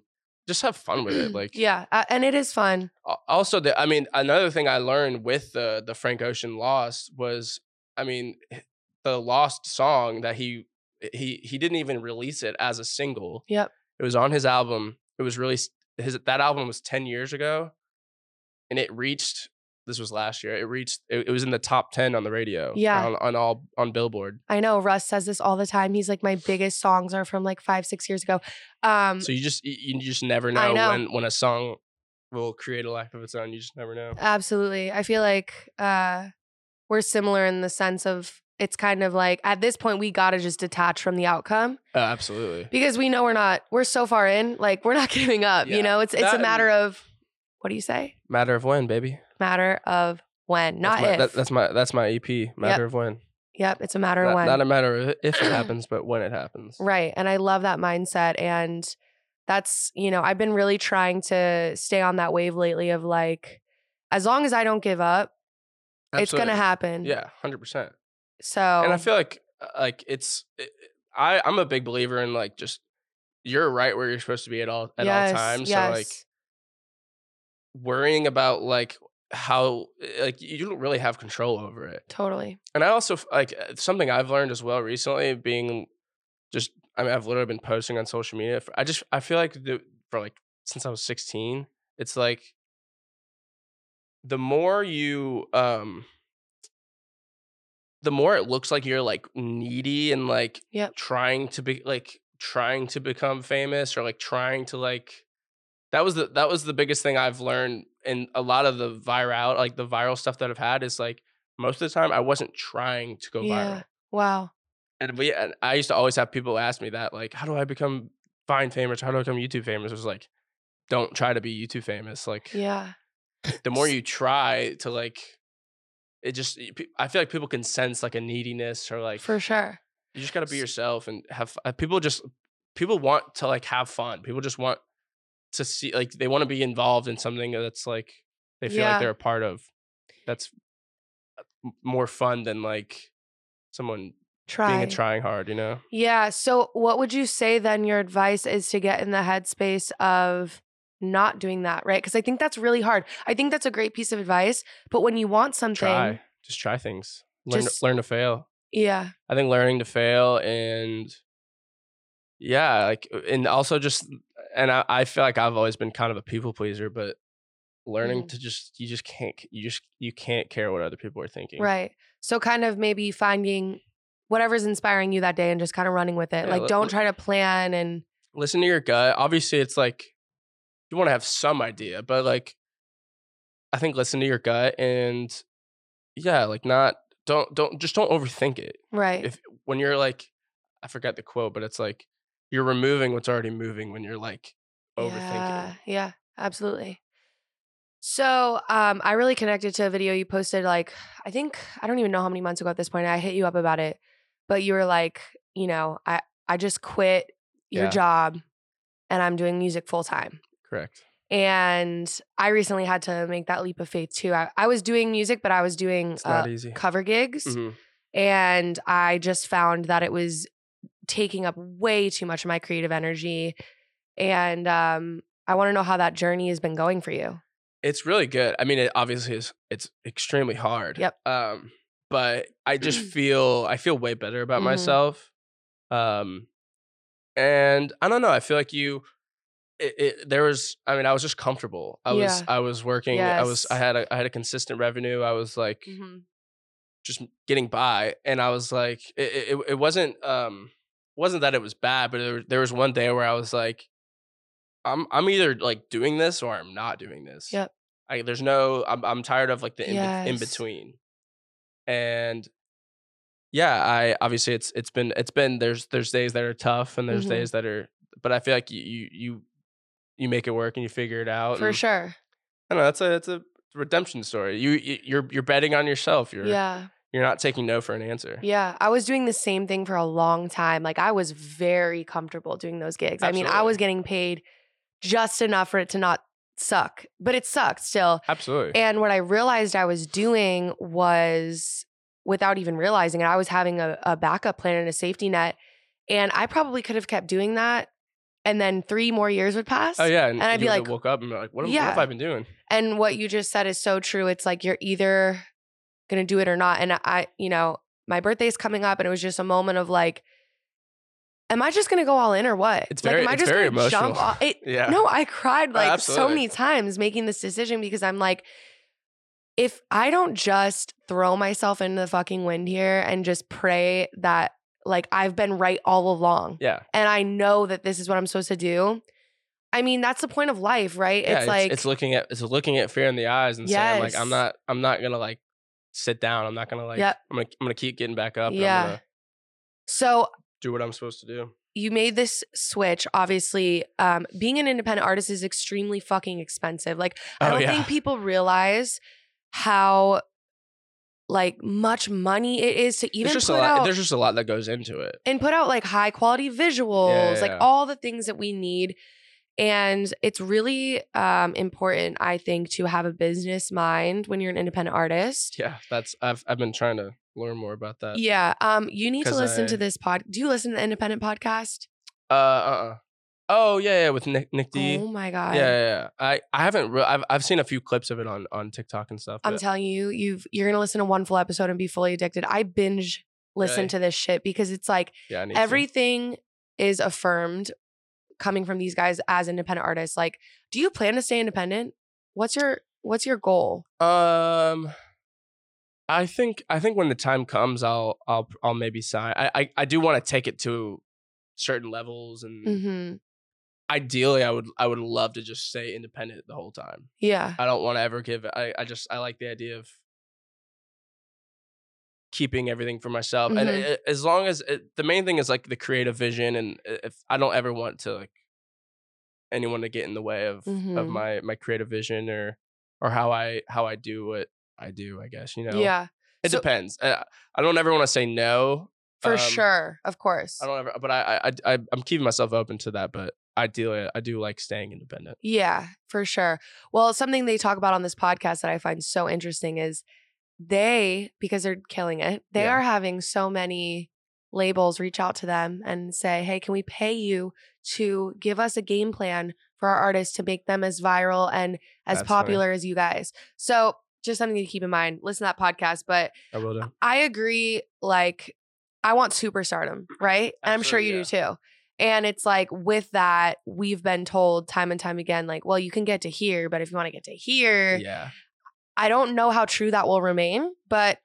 Speaker 2: just have fun with it. Like
Speaker 1: yeah, uh, and it is fun.
Speaker 2: Al- also the i mean another thing i learned with the the frank ocean loss was i mean h- the lost song that he he he didn't even release it as a single
Speaker 1: Yep.
Speaker 2: it was on his album it was released his that album was 10 years ago and it reached this was last year it reached it, it was in the top 10 on the radio
Speaker 1: Yeah.
Speaker 2: on, on all on billboard
Speaker 1: I know Russ says this all the time. He's like, my biggest songs are from like five, six years ago. Um,
Speaker 2: so you just you you just never
Speaker 1: I
Speaker 2: know,
Speaker 1: know.
Speaker 2: when when a song will create a life of its own you just never know
Speaker 1: Absolutely. I feel like uh, we're similar in the sense of it's kind of like at this point, we got to just detach from the outcome.
Speaker 2: Uh, absolutely
Speaker 1: because we know we're not we're so far in like we're not giving up you
Speaker 2: Yeah.
Speaker 1: know it's it's
Speaker 2: That
Speaker 1: a
Speaker 2: and-
Speaker 1: matter of what do you say
Speaker 2: matter of when baby
Speaker 1: matter of when not
Speaker 2: that's my,
Speaker 1: if
Speaker 2: that- that's my that's my EP. Matter of when.
Speaker 1: yep it's a matter
Speaker 2: Not,
Speaker 1: of when
Speaker 2: not a matter of if it happens, but when it happens.
Speaker 1: right and i love that mindset and that's you know i've been really trying to stay on that wave lately of like as long as i don't give up it's
Speaker 2: Absolutely.
Speaker 1: gonna happen Oh.
Speaker 2: Yeah, hundred percent.
Speaker 1: so
Speaker 2: And I feel like uh, like it's it, I I'm a big believer in like just you're right where you're supposed to be at all at all times. So like worrying about like how like you don't really have control over it.
Speaker 1: totally
Speaker 2: and I also f- like uh, something I've learned as well recently being just I mean, I've literally been posting on social media. For, I just I feel like the, for like since I was 16, it's like the more you um the more it looks like you're like needy and like
Speaker 1: Yep.
Speaker 2: trying to be like trying to become famous or like trying to like that was the that was the biggest thing I've learned in a lot of the viral like the viral stuff that I've had is like most of the time I wasn't trying to go
Speaker 1: Yeah.
Speaker 2: viral.
Speaker 1: Wow.
Speaker 2: And we, and I used to always have people ask me that, like, how do I become Vine famous? How do I become YouTube famous? It was like, don't try to be YouTube famous. Like,
Speaker 1: Yeah.
Speaker 2: the more you try to, like, it just, y- pe- I feel like people can sense like a neediness or like,
Speaker 1: for sure.
Speaker 2: you just got to be yourself and have, f- uh, people just, people want to like have fun. People just want to see, like, they want to be involved in something that's like, they feel
Speaker 1: Yeah.
Speaker 2: like they're a part of. That's uh, m- more fun than like someone
Speaker 1: Try.
Speaker 2: being a trying hard, you know?
Speaker 1: Yeah. So, what would you say then your advice is to get in the headspace of not doing that, right? Because I think that's really hard. I think that's a great piece of advice. But when you want something,
Speaker 2: try just try things learn,
Speaker 1: Just-
Speaker 2: to, learn to fail
Speaker 1: yeah,
Speaker 2: i think learning to fail and yeah like uh, and also just and i, I feel like i've always been kind of a people pleaser but learning
Speaker 1: Mm.
Speaker 2: to just you just can't you just you can't care what other people are thinking
Speaker 1: right. So, kind of maybe finding whatever's inspiring you that day and just kind of running with it.
Speaker 2: Yeah,
Speaker 1: like,
Speaker 2: let-
Speaker 1: don't
Speaker 2: let-
Speaker 1: try to plan and
Speaker 2: listen to your gut obviously it's like you want to have some idea but like i think listen to your gut and yeah like not don't don't just don't overthink it
Speaker 1: right.
Speaker 2: if when you're like I forgot the quote, but it's like you're removing what's already moving when you're like
Speaker 1: Yeah,
Speaker 2: overthinking.
Speaker 1: yeah, absolutely. So um, I really connected to a video you posted. Like, I think I don't even know how many months ago at this point. I hit you up about it, but you were like, you know, I I just quit your
Speaker 2: Yeah.
Speaker 1: job, and I'm doing music full time.
Speaker 2: Correct.
Speaker 1: And I recently had to make that leap of faith too. I, I was doing music, but I was doing
Speaker 2: It's
Speaker 1: uh,
Speaker 2: not e easy.
Speaker 1: cover gigs,
Speaker 2: Mhm.
Speaker 1: and I just found that it was taking up way too much of my creative energy. And um, I want to know how that journey has been going for you.
Speaker 2: It's really good. I mean, it obviously is. It's extremely hard.
Speaker 1: Yep.
Speaker 2: Um, but I just feel I feel way better about
Speaker 1: Mhm.
Speaker 2: myself. Um, and I don't know. I feel like you. It, it, there was. I mean, I was just comfortable. I was.
Speaker 1: Yeah.
Speaker 2: I was working. I was. I
Speaker 1: Yes.
Speaker 2: had. A, I had a consistent revenue. I was like.
Speaker 1: Mm-hmm.
Speaker 2: just getting by and i was like it, it, it wasn't um wasn't that it was bad but there, there was one day where i was like i'm i'm either like doing this or i'm not doing this
Speaker 1: Yep.
Speaker 2: I, there's no i'm, I'm tired of like the in, in
Speaker 1: Yes.
Speaker 2: between and yeah i obviously it's it's been it's been there's there's days that are tough and there's
Speaker 1: Mhm.
Speaker 2: days that are but i feel like you you you, you make it work and you figure it out
Speaker 1: For
Speaker 2: and-
Speaker 1: sure.
Speaker 2: i don't know that's a that's a redemption story you, you you're you're betting on yourself you're
Speaker 1: Yeah.
Speaker 2: you're not taking no for an answer
Speaker 1: Yeah. I was doing the same thing for a long time. Like I was very comfortable doing those gigs. I mean, I
Speaker 2: Absolutely.
Speaker 1: was getting paid just enough for it to not suck, but it sucked still.
Speaker 2: Absolutely.
Speaker 1: And what I realized I was doing was without even realizing it, I was having a, a backup plan and a safety net. And I probably could have kept doing that. And then three more years would pass.
Speaker 2: oh yeah, and,
Speaker 1: I'd be
Speaker 2: you would've
Speaker 1: like,
Speaker 2: woke up and be like, what, am- what
Speaker 1: yeah.
Speaker 2: have I been doing?
Speaker 1: And what you just said is so true. It's like you're either going to do it or not. And I, you know, my birthday's coming up and it was just a moment of like, am I just going to go all in or what?
Speaker 2: It's
Speaker 1: like,
Speaker 2: very-
Speaker 1: am I
Speaker 2: it's
Speaker 1: just
Speaker 2: very
Speaker 1: gonna jump
Speaker 2: emotional.
Speaker 1: all- it,
Speaker 2: Yeah. Oh,
Speaker 1: No, I cried like so
Speaker 2: absolutely.
Speaker 1: many times making this decision because I'm like, if I don't just throw myself into the fucking wind here and just pray that like I've been right all along
Speaker 2: Yeah.
Speaker 1: and I know that this is what I'm supposed to do. I mean, that's the point of life, right?
Speaker 2: yeah,
Speaker 1: it's like
Speaker 2: it's looking at it's looking at fear in the eyes and saying like,
Speaker 1: Yes.
Speaker 2: I'm not I'm not gonna like sit down. I'm not gonna like
Speaker 1: Yep.
Speaker 2: I'm gonna I'm gonna keep getting back up. and
Speaker 1: Yeah.
Speaker 2: I'm gonna
Speaker 1: so
Speaker 2: do what I'm supposed to do.
Speaker 1: you made this switch. Obviously, um, being an independent artist is extremely fucking expensive. Like, I
Speaker 2: Oh,
Speaker 1: don't
Speaker 2: yeah.
Speaker 1: think people realize how like much money it is to even
Speaker 2: there's
Speaker 1: put
Speaker 2: just a lot.
Speaker 1: out
Speaker 2: There's just a lot that goes into it.
Speaker 1: and put out like high quality visuals, like
Speaker 2: yeah.
Speaker 1: all the things that we need. And it's really um, important, I think, to have a business mind when you're an independent artist.
Speaker 2: Yeah, that's I've I've been trying to learn more about that.
Speaker 1: Yeah. Um, you need to
Speaker 2: 'Cause
Speaker 1: listen to
Speaker 2: I-
Speaker 1: this pod. Do you listen to the independent podcast?
Speaker 2: Uh. Uh. uh Oh yeah, yeah, with Nick Nick D.
Speaker 1: oh my God.
Speaker 2: yeah, yeah, yeah. I I haven't. Re- I've I've seen a few clips of it on on TikTok and stuff.
Speaker 1: I'm
Speaker 2: but-
Speaker 1: telling you, you've you're gonna listen to one full episode and be fully addicted. I binge listen
Speaker 2: Really?
Speaker 1: to this shit because it's like
Speaker 2: yeah, I need to.
Speaker 1: everything is affirmed coming from these guys as independent artists. Like, do you plan to stay independent? What's your what's your goal?
Speaker 2: Um, I think I think when the time comes, I'll I'll I'll maybe sign. I I, I do want to take it to certain levels, and
Speaker 1: Mm-hmm.
Speaker 2: ideally, I would I would love to just stay independent the whole time.
Speaker 1: Yeah.
Speaker 2: I don't want to ever give. I I just I like the idea of keeping everything for myself, and
Speaker 1: Mhm.
Speaker 2: a- a- as long as it, the main thing is like the creative vision, and i- if I don't ever want to like anyone to get in the way of of
Speaker 1: Mhm.
Speaker 2: my my creative vision or or how I how I do what I do. I guess you know.
Speaker 1: Yeah.
Speaker 2: It
Speaker 1: So-
Speaker 2: depends. I, I don't ever want to say no.
Speaker 1: For
Speaker 2: um,
Speaker 1: sure. Of course.
Speaker 2: I don't ever, but I, I, I, I'm keeping myself open to that. But ideally, I do like staying independent.
Speaker 1: Yeah, for sure. Well, something they talk about on this podcast that I find so interesting is they, because they're killing it, they
Speaker 2: Yeah.
Speaker 1: are having so many labels reach out to them and say, hey, can we pay you to give us a game plan for our artists to make them as viral and as
Speaker 2: That's funny.
Speaker 1: popular as you guys? So, just something to keep in mind. Listen to that podcast, but
Speaker 2: I will do.
Speaker 1: I agree. Like, I want superstardom, right? And I'm sure you
Speaker 2: Absolutely,
Speaker 1: do too. And it's like with that, we've been told time and time again, like, well, you can get to here, but if you want to get to here,
Speaker 2: Yeah.
Speaker 1: I don't know how true that will remain, but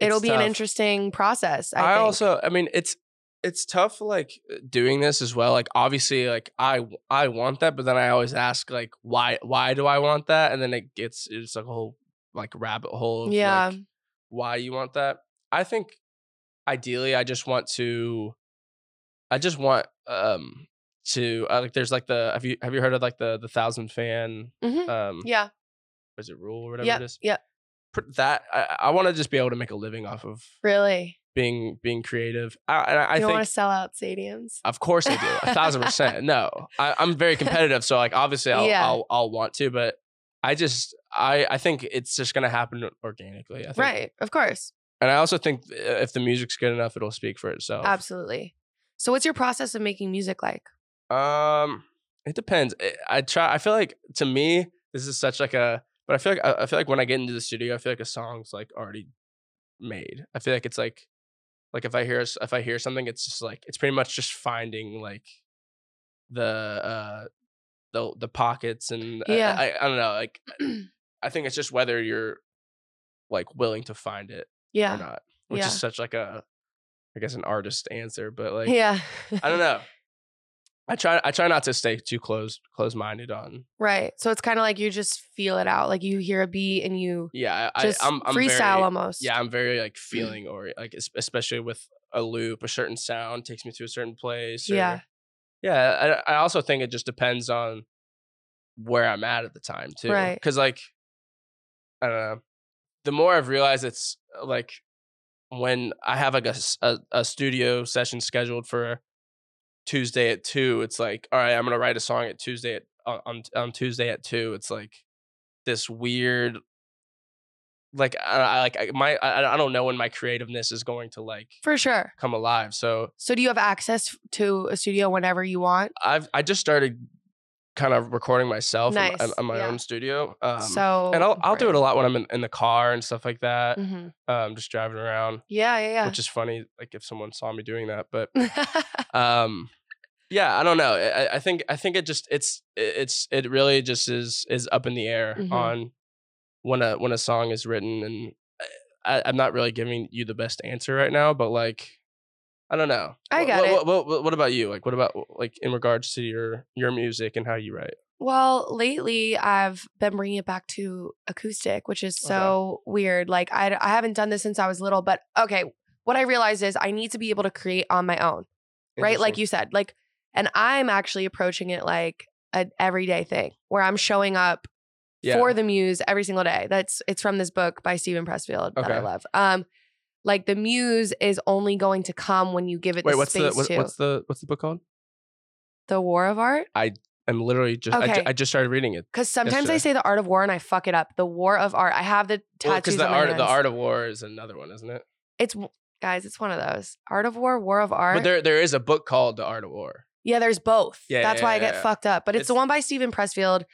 Speaker 1: it'll
Speaker 2: It's
Speaker 1: be an
Speaker 2: tough.
Speaker 1: interesting process. I,
Speaker 2: I,
Speaker 1: think.
Speaker 2: also, I mean, it's it's tough like uh, doing this as well. Like obviously, like I I want that, but then I always ask like why why do I want that, and then it gets it's like a whole like rabbit hole. Of,
Speaker 1: Yeah.
Speaker 2: like, why you want that? I think ideally, I just want to, I just want um to uh, like there's like the have you have you heard of like the the thousand fan
Speaker 1: Mhm.
Speaker 2: um
Speaker 1: yeah,
Speaker 2: is it rule or whatever
Speaker 1: yeah,
Speaker 2: it is
Speaker 1: yeah,
Speaker 2: Pr- that I, I want to just be able to make a living off of
Speaker 1: really.
Speaker 2: being being creative. I, and I, I
Speaker 1: you don't
Speaker 2: think
Speaker 1: want to sell out stadiums.
Speaker 2: Of course I do. A thousand percent. No, I, I'm very competitive, so like obviously I'll,
Speaker 1: Yeah.
Speaker 2: I'll I'll want to, but I just I I think it's just gonna happen organically. I think.
Speaker 1: Right, of course.
Speaker 2: And I also think uh, if the music's good enough, it'll speak for itself.
Speaker 1: Absolutely. So, what's your process of making music like?
Speaker 2: Um, it depends. I, I try. I feel like to me this is such like a. But I feel like I, I feel like when I get into the studio, I feel like a song's like already made. I feel like it's like like if I hear s- if I hear something, it's just like it's pretty much just finding like the uh the the pockets and I-
Speaker 1: Yeah.
Speaker 2: I, I, don't know like I think it's just whether you're like willing to find it or
Speaker 1: Yeah.
Speaker 2: not, which
Speaker 1: Yeah.
Speaker 2: is such like a I guess an artist answer, but like
Speaker 1: yeah.
Speaker 2: I don't know. I try I try not to stay too close close minded on.
Speaker 1: Right. So it's kind of like you just feel it out. Like you hear a beat and you
Speaker 2: Yeah, I,
Speaker 1: just
Speaker 2: I, I'm, I'm
Speaker 1: freestyle Mm.
Speaker 2: Very,
Speaker 1: almost.
Speaker 2: yeah, I'm very like feeling or like es- especially with a loop, a certain sound takes me to a certain place. or-
Speaker 1: Yeah.
Speaker 2: yeah. I, I also think it just depends on where I'm at at the time too,
Speaker 1: Right.
Speaker 2: Because like, I don't know. The more I've realized, it's uh, like when I have like a s- a- a studio session scheduled for Tuesday at two, it's like, all right, I'm gonna write a song at Tuesday at on on, on Tuesday at two. It's like this weird, like I, I like I, my I, I don't know when my creativeness is going to like
Speaker 1: For sure.
Speaker 2: come alive. So
Speaker 1: So do you have access to a studio whenever you want?
Speaker 2: I've I just started kind of recording myself in my-
Speaker 1: Nice,
Speaker 2: in, in my
Speaker 1: yeah.
Speaker 2: own studio. Um,
Speaker 1: so
Speaker 2: and I'll I'll do it a lot when I'm in, in the car and stuff like that.
Speaker 1: hmm
Speaker 2: Um, just driving around,
Speaker 1: Yeah, yeah,
Speaker 2: which is funny. Like if someone saw me doing that, but
Speaker 1: yeah.
Speaker 2: um yeah i don't know I, I- I think i think it just it's it- it's it really just is is up in the air
Speaker 1: Mhm.
Speaker 2: on when a when a song is written and I, i'm not really giving you the best answer right now but like i don't know
Speaker 1: I
Speaker 2: Wh-
Speaker 1: got
Speaker 2: wh-
Speaker 1: it.
Speaker 2: wh- wh- wh- what, about you like what about like in regards to your your music and how you write
Speaker 1: Well, lately I've been bringing it back to acoustic, which is
Speaker 2: Okay.
Speaker 1: so weird. Like I, I haven't done this since I was little, but okay. What I realized is I need to be able to create on my own, right? Like
Speaker 2: Interesting.
Speaker 1: you said, like, and I'm actually approaching it like an everyday thing where I'm showing up
Speaker 2: yeah.
Speaker 1: for the muse every single day. That's it's from this book by Stephen Pressfield that I
Speaker 2: Okay.
Speaker 1: love. Um, like the muse is only going to come when you give it
Speaker 2: wait
Speaker 1: the
Speaker 2: what's the
Speaker 1: space
Speaker 2: what,
Speaker 1: to.
Speaker 2: what's the what's the book called
Speaker 1: the War of Art?
Speaker 2: i'm literally just I, ju-
Speaker 1: Okay.
Speaker 2: I just started reading it
Speaker 1: Because sometimes I
Speaker 2: Yesterday.
Speaker 1: say the Art of War and I fuck it up. The War of Art. I have the
Speaker 2: because
Speaker 1: tattoos on
Speaker 2: the
Speaker 1: my
Speaker 2: art the
Speaker 1: hands.
Speaker 2: art of war is another one isn't it
Speaker 1: It's guys. It's one of those Art of War, War of Art.
Speaker 2: but there there is a book called the art of war
Speaker 1: yeah, there's both.
Speaker 2: Yeah,
Speaker 1: That's
Speaker 2: yeah,
Speaker 1: why I
Speaker 2: yeah,
Speaker 1: get
Speaker 2: yeah.
Speaker 1: fucked up. But it's the
Speaker 2: It's-
Speaker 1: one by Stephen Pressfield.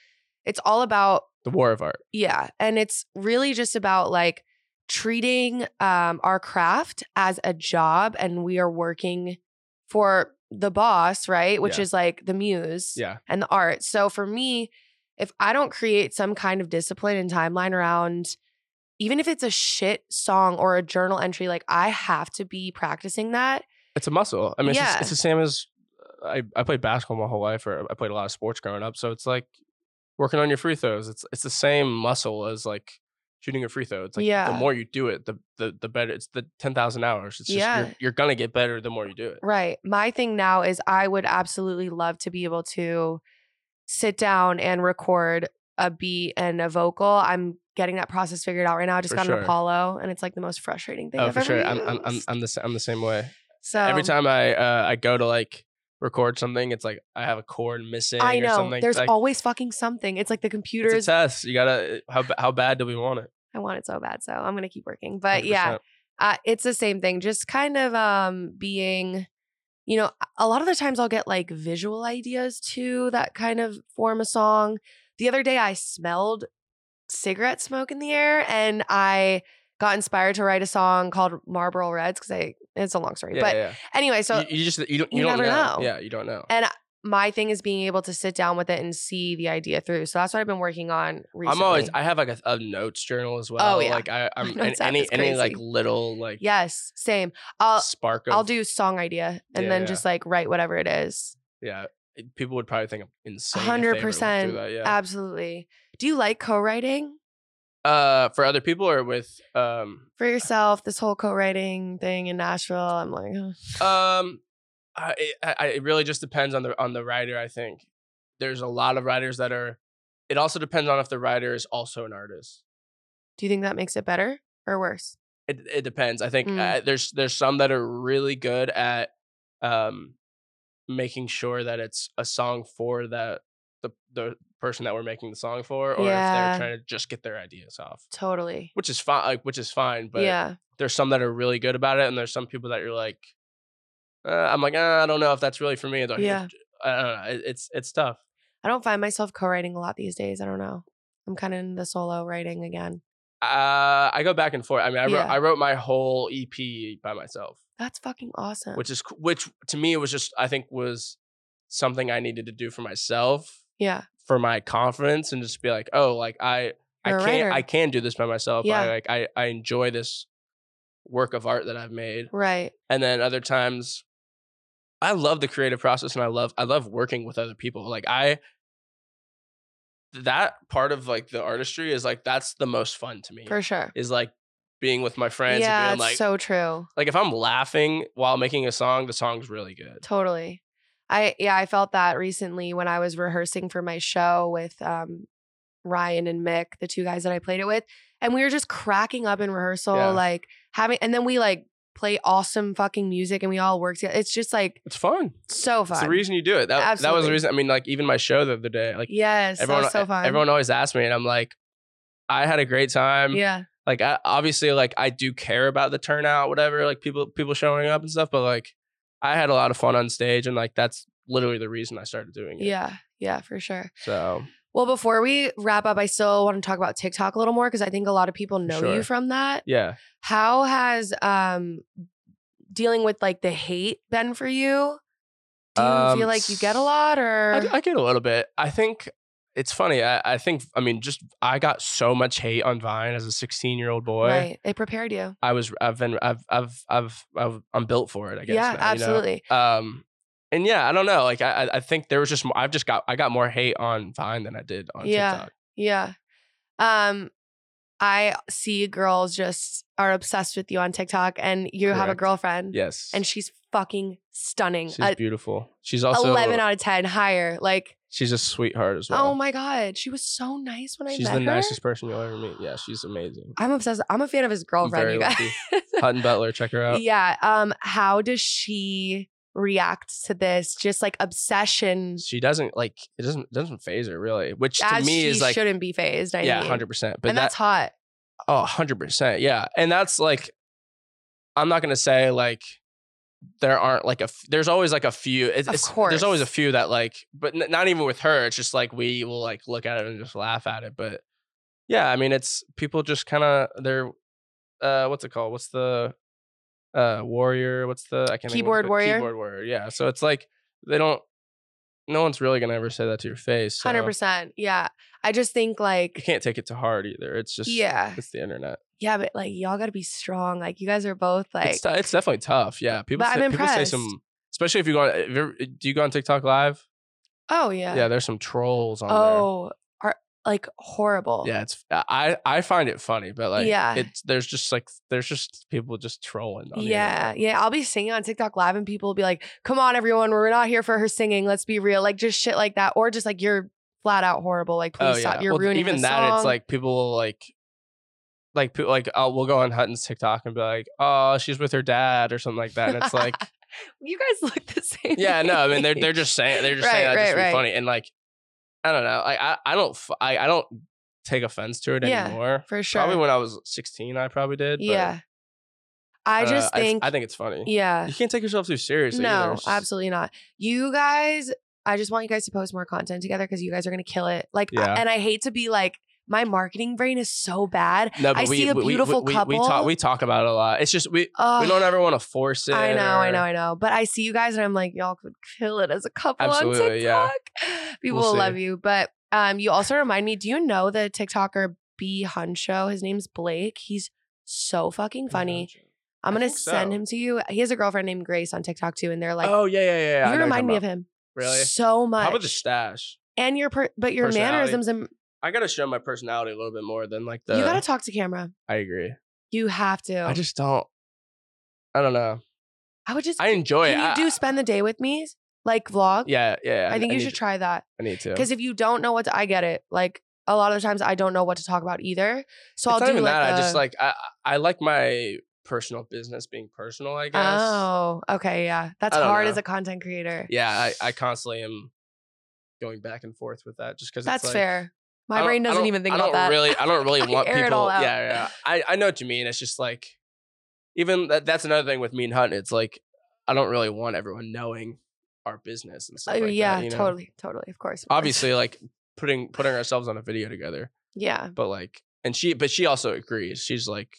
Speaker 1: It's all about
Speaker 2: the war of art
Speaker 1: Yeah. And it's really just about like treating um, our craft as a job and we are working for the boss, right? Which
Speaker 2: Yeah.
Speaker 1: is like the muse
Speaker 2: Yeah.
Speaker 1: and the art. So for me, if I don't create some kind of discipline and timeline around, even if it's a shit song or a journal entry, like I have to be practicing that.
Speaker 2: It's a muscle. I mean, it's,
Speaker 1: Yeah.
Speaker 2: just, it's the same as I, I played basketball my whole life, or I played a lot of sports growing up. So it's like working on your free throws. It's it's the same muscle as like shooting a free throw. It's like
Speaker 1: Yeah.
Speaker 2: the more you do it, the the, the better. It's the ten thousand hours. It's just
Speaker 1: Yeah.
Speaker 2: you're, you're gonna get better the more you do it.
Speaker 1: Right. My thing now is I would absolutely love to be able to sit down and record a beat and a vocal. I'm getting that process figured out right now. I just
Speaker 2: For
Speaker 1: got
Speaker 2: sure.
Speaker 1: an Apollo and it's like the most frustrating thing
Speaker 2: Oh,
Speaker 1: I've
Speaker 2: for
Speaker 1: ever
Speaker 2: sure.
Speaker 1: used.
Speaker 2: I'm I'm I'm, I'm the sa- I'm the same way.
Speaker 1: so
Speaker 2: Every time I uh, I go to like record something, it's like I have a chord missing.
Speaker 1: I
Speaker 2: Or
Speaker 1: know
Speaker 2: something.
Speaker 1: there's
Speaker 2: like,
Speaker 1: always fucking something. It's like the computer
Speaker 2: it's
Speaker 1: is
Speaker 2: a test. You gotta how ba- how bad do we want it?
Speaker 1: I want it so bad, so I'm gonna keep
Speaker 2: Oh,
Speaker 1: working. But yeah, uh, it's the same thing. Just kind of um being, you know, a lot of the times I'll get like visual ideas too that kind of form a song. The other day I smelled cigarette smoke in the air and I got inspired to write a song called Marlboro Reds because I it's a long story.
Speaker 2: Yeah,
Speaker 1: but
Speaker 2: yeah.
Speaker 1: anyway, so
Speaker 2: you, you just you don't you,
Speaker 1: you
Speaker 2: don't
Speaker 1: never know.
Speaker 2: know. Yeah, you don't know.
Speaker 1: and my thing is being able to sit down with it and see the idea through. So that's what I've been working on recently.
Speaker 2: I'm always I have like a, a notes journal as well.
Speaker 1: Oh, yeah.
Speaker 2: Like I, I'm
Speaker 1: notes
Speaker 2: and
Speaker 1: app
Speaker 2: any
Speaker 1: is
Speaker 2: any like
Speaker 1: crazy.
Speaker 2: little like
Speaker 1: yes, same. I'll
Speaker 2: spark of
Speaker 1: I'll do song idea and
Speaker 2: Yeah,
Speaker 1: then
Speaker 2: yeah.
Speaker 1: just like write whatever it is.
Speaker 2: yeah. it- People would probably think I'm insane. if they ever
Speaker 1: Hundred
Speaker 2: went through
Speaker 1: percent,
Speaker 2: that, Yeah.
Speaker 1: absolutely. Do you like co-writing
Speaker 2: uh, for other people or with um
Speaker 1: for yourself? This whole co-writing thing in Nashville, I'm like, ugh.
Speaker 2: um, I, it- I it really just depends on the on the writer. I think there's a lot of writers that are. It also depends on if the writer is also an artist.
Speaker 1: do you think that makes it better or worse?
Speaker 2: it, it depends. I think
Speaker 1: Mm.
Speaker 2: uh, there's there's some that are really good at um making sure that it's a song for that the the person that we're making the song for, or
Speaker 1: Yeah.
Speaker 2: if they're trying to just get their ideas off,
Speaker 1: Totally.
Speaker 2: which is fine. Like which is fine, but
Speaker 1: yeah,
Speaker 2: there's some that are really good about it, and there's some people that you're like, uh, I'm like, uh, I don't know if that's really for me. They're like,
Speaker 1: Yeah.
Speaker 2: I don't know. It, it's it's tough.
Speaker 1: I don't find myself co-writing a lot these days. I don't know. I'm kind of in the solo writing again.
Speaker 2: Uh, I go back and forth. I mean, I wrote
Speaker 1: Yeah.
Speaker 2: I wrote my whole EP by myself.
Speaker 1: That's fucking awesome.
Speaker 2: which is c- which to me was just I think was something I needed to do for myself
Speaker 1: yeah,
Speaker 2: for my confidence and just be like, oh, like I I
Speaker 1: You're a
Speaker 2: can
Speaker 1: writer.
Speaker 2: I can do this by myself.
Speaker 1: Yeah.
Speaker 2: I like I I enjoy this work of art that I've made.
Speaker 1: right.
Speaker 2: And then other times I love the creative process and I love I love working with other people. Like I that part of like the artistry is like that's the most fun to me.
Speaker 1: For sure.
Speaker 2: Is like being with my friends
Speaker 1: Yeah,
Speaker 2: and being
Speaker 1: it's
Speaker 2: like
Speaker 1: so true.
Speaker 2: like if I'm laughing while making a song, the song's really good.
Speaker 1: Totally. I yeah, I felt that recently when I was rehearsing for my show with um Ryan and Mick, the two guys that I played it with, and we were just cracking up in rehearsal
Speaker 2: Yeah.
Speaker 1: like having and then we like play awesome fucking music and we all work together. It's just like
Speaker 2: It's fun.
Speaker 1: so fun.
Speaker 2: It's the reason you do it. That that was the
Speaker 1: Absolutely.
Speaker 2: reason. I mean, like even my show the other day, like
Speaker 1: yes,
Speaker 2: everyone, e,
Speaker 1: that was so fun.
Speaker 2: everyone always asks me, and I'm like, I had a great time.
Speaker 1: yeah.
Speaker 2: Like I, obviously, like I do care about the turnout, whatever. Like people people showing up and stuff, but like I had a lot of fun on stage, and like that's literally the reason I started doing it.
Speaker 1: Yeah. Yeah, for sure.
Speaker 2: So
Speaker 1: Well, before we wrap up, I still want to talk about TikTok a little more because I think a lot of people know
Speaker 2: sure.
Speaker 1: you from that.
Speaker 2: yeah.
Speaker 1: How has um dealing with like the hate been for you? Do you
Speaker 2: Um,
Speaker 1: feel like you get a lot or
Speaker 2: I, I get a little bit. I think it's funny. I, I think I mean just I got so much hate on Vine as a 16 year old boy.
Speaker 1: right? It prepared you.
Speaker 2: I was I've been I've I've I've, I've I'm built for it. I guess.
Speaker 1: yeah,
Speaker 2: now, you know?
Speaker 1: absolutely.
Speaker 2: Um, and yeah, I don't know. Like I, I- I think there was just m- I've just got I got more hate on Vine than I did on
Speaker 1: Yeah.
Speaker 2: TikTok.
Speaker 1: Yeah. Um I see girls just are obsessed with you on TikTok and you have a
Speaker 2: Correct.
Speaker 1: girlfriend
Speaker 2: Yes,
Speaker 1: and she's fucking stunning.
Speaker 2: she's
Speaker 1: A-
Speaker 2: beautiful. She's also
Speaker 1: 11 out of 10 higher. Like,
Speaker 2: she's a sweetheart as
Speaker 1: oh
Speaker 2: well.
Speaker 1: my god, she was so nice when I
Speaker 2: she's
Speaker 1: met
Speaker 2: the
Speaker 1: her.
Speaker 2: nicest person you'll ever meet. Yeah, she's amazing.
Speaker 1: I'm obsessed. I'm a fan of his
Speaker 2: I'm
Speaker 1: girlfriend, you guys.
Speaker 2: lucky. Hutton Butler, check her out.
Speaker 1: yeah um how does she react to this just like obsession
Speaker 2: She doesn't like it doesn't doesn't phase her really, which to
Speaker 1: as
Speaker 2: me
Speaker 1: she
Speaker 2: is like
Speaker 1: shouldn't be phased I
Speaker 2: yeah,
Speaker 1: mean.
Speaker 2: hundred percent. But
Speaker 1: and
Speaker 2: that
Speaker 1: that's hot
Speaker 2: Oh, 100%. Yeah. And that's like, I'm not going to say like there aren't like a, f- there's always like a few. It's,
Speaker 1: Of
Speaker 2: it's- There's always a
Speaker 1: course.
Speaker 2: few that like, but n- not even with her. It's just like we will like look at it and just laugh at it. But yeah, I mean, it's people just kind of, they're, uh, what's it called? What's the, uh warrior what's the i can't think of
Speaker 1: Keyboard
Speaker 2: what it's called.
Speaker 1: warrior?
Speaker 2: keyboard warrior yeah so it's like they don't no one's really gonna ever say that to your face so
Speaker 1: Hundred percent. Yeah. I just think
Speaker 2: you
Speaker 1: like
Speaker 2: can't take it to heart either it's just
Speaker 1: Yeah.
Speaker 2: it's the internet
Speaker 1: yeah, but like y'all gotta be strong. Like you guys are both like
Speaker 2: it's, tou- it's definitely tough yeah people
Speaker 1: But
Speaker 2: say,
Speaker 1: I'm
Speaker 2: people say
Speaker 1: impressed.
Speaker 2: some especially if you go on if you're- do you go on tiktok live
Speaker 1: oh yeah.
Speaker 2: yeah, there's some trolls on there
Speaker 1: oh are like horrible.
Speaker 2: Yeah, it's uh, I I find it funny, but like
Speaker 1: Yeah.
Speaker 2: it's there's just like there's just people just trolling. On the
Speaker 1: Yeah,
Speaker 2: internet.
Speaker 1: yeah. I'll be singing on TikTok live and people will be like, come on, everyone, we're not here for her singing. Let's be real. Like just shit like that. Or just like you're flat out horrible. Like please
Speaker 2: Oh
Speaker 1: stop.
Speaker 2: yeah.
Speaker 1: You're
Speaker 2: well,
Speaker 1: ruining
Speaker 2: even
Speaker 1: the
Speaker 2: that. It's
Speaker 1: song."
Speaker 2: like people will like. Like people like oh we'll go on Hutton's TikTok and be like oh she's with her dad or something like that and it's like
Speaker 1: you guys look the same.
Speaker 2: yeah no I mean they're they're just saying they're just saying that
Speaker 1: Right,
Speaker 2: just to
Speaker 1: right, right.
Speaker 2: be funny and like I don't know like I I don't f- I, I don't take offense to it
Speaker 1: Yeah,
Speaker 2: anymore
Speaker 1: for sure.
Speaker 2: probably when I was sixteen I probably did but,
Speaker 1: yeah. I
Speaker 2: uh,
Speaker 1: just
Speaker 2: f-
Speaker 1: think
Speaker 2: I, think it's funny
Speaker 1: yeah.
Speaker 2: you can't take yourself too seriously either.
Speaker 1: No,
Speaker 2: It's just-
Speaker 1: absolutely not. You guys, I just want you guys to post more content together because you guys are gonna kill it. Like, I-
Speaker 2: Yeah.
Speaker 1: and I hate to be like, my marketing brain is so bad.
Speaker 2: No, but
Speaker 1: I
Speaker 2: we,
Speaker 1: see a
Speaker 2: we- we-
Speaker 1: beautiful
Speaker 2: we, We,
Speaker 1: couple.
Speaker 2: talk we talk about it a lot. It's just we
Speaker 1: Oh,
Speaker 2: we don't ever want to force it.
Speaker 1: I know, I
Speaker 2: or-
Speaker 1: know, I know. But I see you guys, and I'm like, y'all could kill it as a couple on
Speaker 2: Absolutely, yeah.
Speaker 1: TikTok. People
Speaker 2: We'll
Speaker 1: will love
Speaker 2: see.
Speaker 1: you. But um, you also remind me. Do you know the TikToker B Huncho? His name's Blake. He's so fucking funny. I'm
Speaker 2: Oh I
Speaker 1: gonna
Speaker 2: think so.
Speaker 1: send him to you. He has a girlfriend named Grace on TikTok too, and they're like,
Speaker 2: oh yeah, yeah, yeah. yeah. I know
Speaker 1: you
Speaker 2: you're
Speaker 1: remind me of
Speaker 2: talking
Speaker 1: him
Speaker 2: about. Really?
Speaker 1: so much.
Speaker 2: How about the stash?
Speaker 1: and your per- but your
Speaker 2: Personality.
Speaker 1: mannerisms and
Speaker 2: I gotta show my personality a little bit more than like the.
Speaker 1: you gotta Oh. talk to camera.
Speaker 2: I agree.
Speaker 1: You have to.
Speaker 2: I just don't. I don't know.
Speaker 1: I would just.
Speaker 2: I enjoy
Speaker 1: can
Speaker 2: it.
Speaker 1: you
Speaker 2: I-
Speaker 1: do spend the day with me, like vlog?
Speaker 2: yeah, yeah.
Speaker 1: I, think you
Speaker 2: need
Speaker 1: should
Speaker 2: to-
Speaker 1: try that
Speaker 2: I need to.
Speaker 1: because if you don't know what to, I get it. Like a lot of the times, I don't know what to talk about either. So
Speaker 2: it's
Speaker 1: I'll
Speaker 2: not
Speaker 1: do
Speaker 2: even
Speaker 1: like
Speaker 2: that.
Speaker 1: A,
Speaker 2: I just like I I I like my personal business being personal. I guess.
Speaker 1: Oh, okay, yeah, that's
Speaker 2: I don't
Speaker 1: hard
Speaker 2: know.
Speaker 1: as a content creator.
Speaker 2: Yeah, I, I constantly am going back and forth with that just because
Speaker 1: that's
Speaker 2: like,
Speaker 1: fair. My
Speaker 2: I don't-
Speaker 1: brain
Speaker 2: I
Speaker 1: doesn't
Speaker 2: don't-
Speaker 1: even think
Speaker 2: I
Speaker 1: about
Speaker 2: don't
Speaker 1: that.
Speaker 2: Really, I don't really
Speaker 1: I
Speaker 2: want
Speaker 1: air
Speaker 2: people.
Speaker 1: it all out.
Speaker 2: Yeah, yeah. I, I know what you mean. It's just like even that, that's another thing with me and Hunt. It's like I don't really want everyone knowing our business and stuff.
Speaker 1: Oh,
Speaker 2: like that,
Speaker 1: yeah,
Speaker 2: you know?
Speaker 1: totally, totally, of course. of course.
Speaker 2: Obviously, like putting putting ourselves on a video together,
Speaker 1: Yeah,
Speaker 2: but like, and she, but she also agrees. She's like,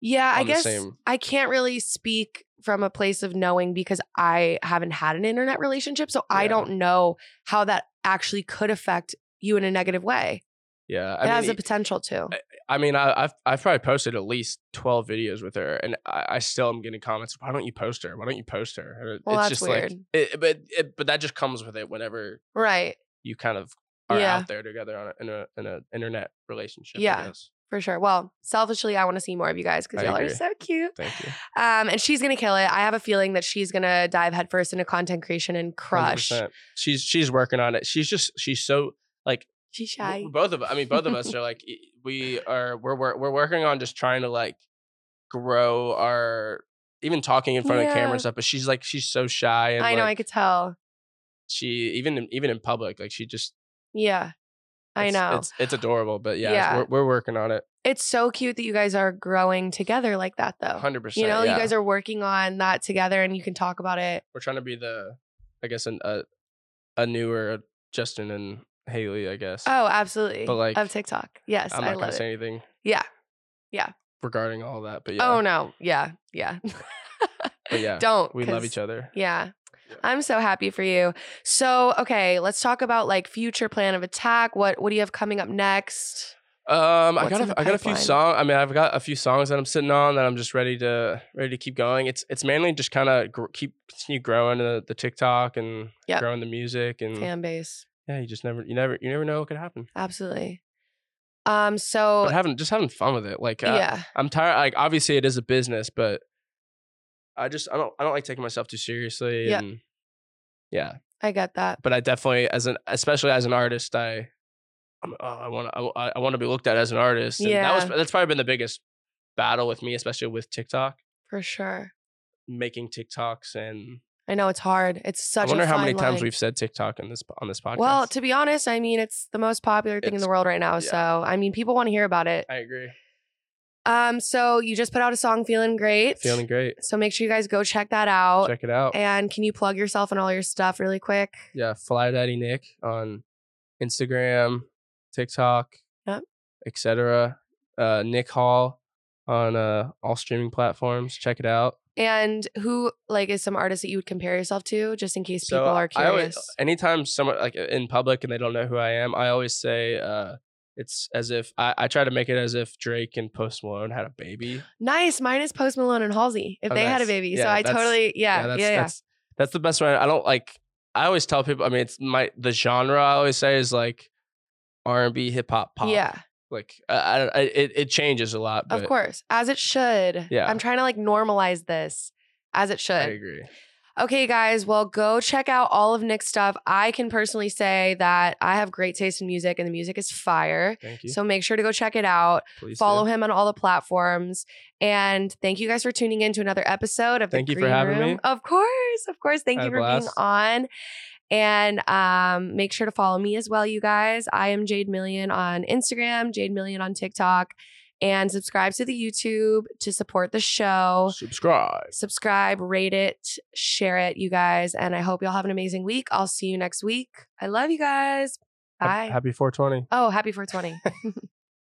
Speaker 1: yeah. I
Speaker 2: on the
Speaker 1: guess
Speaker 2: same-
Speaker 1: I can't really speak from a place of knowing because I haven't had an internet relationship. So I
Speaker 2: Yeah.
Speaker 1: don't know how that actually could affect you in a negative way.
Speaker 2: yeah.
Speaker 1: it
Speaker 2: I
Speaker 1: has
Speaker 2: mean, e
Speaker 1: the potential to.
Speaker 2: I mean, I, I've I've probably posted at least twelve videos with her, and I, I still am getting comments. Why don't you post her? Why don't you post her? And it-
Speaker 1: Well,
Speaker 2: it's
Speaker 1: that's
Speaker 2: just like,
Speaker 1: weird.
Speaker 2: it, but it, but that just comes with it. Whenever
Speaker 1: right.
Speaker 2: you kind of are
Speaker 1: Yeah.
Speaker 2: out there together on a, in a in an internet relationship.
Speaker 1: Yeah.
Speaker 2: I guess.
Speaker 1: For sure. Well, selfishly, I want to see more of you guys because
Speaker 2: I
Speaker 1: y'all are
Speaker 2: agree.
Speaker 1: so cute.
Speaker 2: Thank you.
Speaker 1: Um, and she's gonna kill it. I have a feeling that she's gonna dive headfirst into content creation and crush.
Speaker 2: 100%. She's she's working on it. She's just she's so like
Speaker 1: She's
Speaker 2: w-
Speaker 1: shy.
Speaker 2: both of I mean both of us are like e- we are we're wor- we're working on just trying to like grow our even talking in front of camera
Speaker 1: Yeah.
Speaker 2: and stuff. But she's like she's so shy and
Speaker 1: I know. I
Speaker 2: like,
Speaker 1: could tell.
Speaker 2: she even in, even in public like she just
Speaker 1: Yeah. I
Speaker 2: it's-
Speaker 1: know.
Speaker 2: it's it's adorable. But yeah,
Speaker 1: Yeah.
Speaker 2: We're, we're working on it.
Speaker 1: it's so cute that you guys are growing together like that, though.
Speaker 2: Hundred percent.
Speaker 1: Oh, You know,
Speaker 2: yeah.
Speaker 1: you guys are working on that together and you can talk about it.
Speaker 2: we're trying to be the I guess an, a a newer Justin and Haley. I guess.
Speaker 1: Oh, absolutely.
Speaker 2: But, like,
Speaker 1: of TikTok. Yes,
Speaker 2: I'm
Speaker 1: I
Speaker 2: not gonna
Speaker 1: love it.
Speaker 2: say anything.
Speaker 1: Yeah. Yeah.
Speaker 2: Regarding all that, but yeah.
Speaker 1: Oh no. Yeah. Yeah.
Speaker 2: But yeah,
Speaker 1: Don't.
Speaker 2: we love
Speaker 1: 'cause-
Speaker 2: each other.
Speaker 1: Yeah.
Speaker 2: Yeah.
Speaker 1: I'm so happy for you. So, okay, let's talk about like future plan of attack. What what do you have coming up next?
Speaker 2: Um, I
Speaker 1: What's in
Speaker 2: got a,
Speaker 1: the
Speaker 2: I got a few
Speaker 1: pipeline?
Speaker 2: songs. I mean, I've got a few songs that I'm sitting on that I'm just ready to ready to keep going. It's it's mainly just kind of gr- keep continue growing the, the TikTok and
Speaker 1: Yep.
Speaker 2: growing the music and
Speaker 1: Fan base.
Speaker 2: yeah, you just never you never you never know what could happen.
Speaker 1: Absolutely. Um so
Speaker 2: But having just having fun with it. Like uh,
Speaker 1: yeah.
Speaker 2: I'm tired. Like obviously it is a business, but I just I don't I don't like taking myself too seriously.
Speaker 1: Yeah.
Speaker 2: And yeah,
Speaker 1: I get that.
Speaker 2: but I definitely as an especially as an artist, I I'm, oh, I want to I, I want to be looked at as an artist. And that was
Speaker 1: Yeah.
Speaker 2: that's probably been the biggest battle with me, especially with TikTok,
Speaker 1: For sure.
Speaker 2: making TikToks and
Speaker 1: I know it's hard. It's such
Speaker 2: I wonder
Speaker 1: a
Speaker 2: how
Speaker 1: fine
Speaker 2: many times
Speaker 1: line.
Speaker 2: we've said TikTok in this on this podcast.
Speaker 1: Well, to be honest, I mean it's the most popular thing in
Speaker 2: It's-
Speaker 1: the world right now.
Speaker 2: yeah.
Speaker 1: So I mean, people want to hear about it.
Speaker 2: I agree.
Speaker 1: Um, so you just put out a song, feeling great.
Speaker 2: Feeling great.
Speaker 1: So make sure you guys go check that out.
Speaker 2: Check it out.
Speaker 1: Oh, And can you plug yourself and all your stuff really quick?
Speaker 2: yeah, Fly Daddy Nick on Instagram, TikTok,
Speaker 1: Yep.
Speaker 2: etc. Uh, Nick Hall on uh, all streaming platforms. Check it out.
Speaker 1: And who like is some artist that you would compare yourself to, just in case people are
Speaker 2: I
Speaker 1: curious?
Speaker 2: always, anytime someone like in public and they don't know who I am, I always say uh, it's as if I, I try to make it as if Drake and Post Malone had a baby.
Speaker 1: nice. Mine is Post Malone and Halsey. If
Speaker 2: Oh,
Speaker 1: they had a
Speaker 2: nice.
Speaker 1: baby, so
Speaker 2: Yeah,
Speaker 1: I
Speaker 2: that's-
Speaker 1: totally yeah yeah
Speaker 2: that's,
Speaker 1: yeah.
Speaker 2: That's, that's the best one. I don't like. I always tell people. I mean, it's my the genre. I always say is like R and B, hip hop, pop.
Speaker 1: Yeah,
Speaker 2: Like I, I, I- it, it changes a lot.
Speaker 1: of
Speaker 2: but
Speaker 1: course, as it should.
Speaker 2: Yeah.
Speaker 1: I'm trying to like normalize this, as it
Speaker 2: I
Speaker 1: should.
Speaker 2: agree.
Speaker 1: Okay, guys. Well, go check out all of Nick's stuff. I can personally say that I have great taste in music, and the music is fire.
Speaker 2: Thank you.
Speaker 1: So make sure to go check it out.
Speaker 2: Please
Speaker 1: Follow him on all the platforms. And thank you guys for tuning in to another episode of
Speaker 2: Thank
Speaker 1: the
Speaker 2: you for
Speaker 1: Green
Speaker 2: having
Speaker 1: Room.
Speaker 2: me.
Speaker 1: Of course, of course. Thank
Speaker 2: Had
Speaker 1: you
Speaker 2: a
Speaker 1: for being
Speaker 2: blast.
Speaker 1: on. And um, make sure to follow me as well, you guys. I am Jade Million on Instagram, Jade Million on TikTok, and subscribe to the YouTube to support the show.
Speaker 2: Subscribe.
Speaker 1: Subscribe, rate it, share it, you guys. And I hope y'all have an amazing week. I'll see you next week. I love you guys.
Speaker 2: Hap-
Speaker 1: Bye.
Speaker 2: Happy 420.
Speaker 1: oh, happy 420.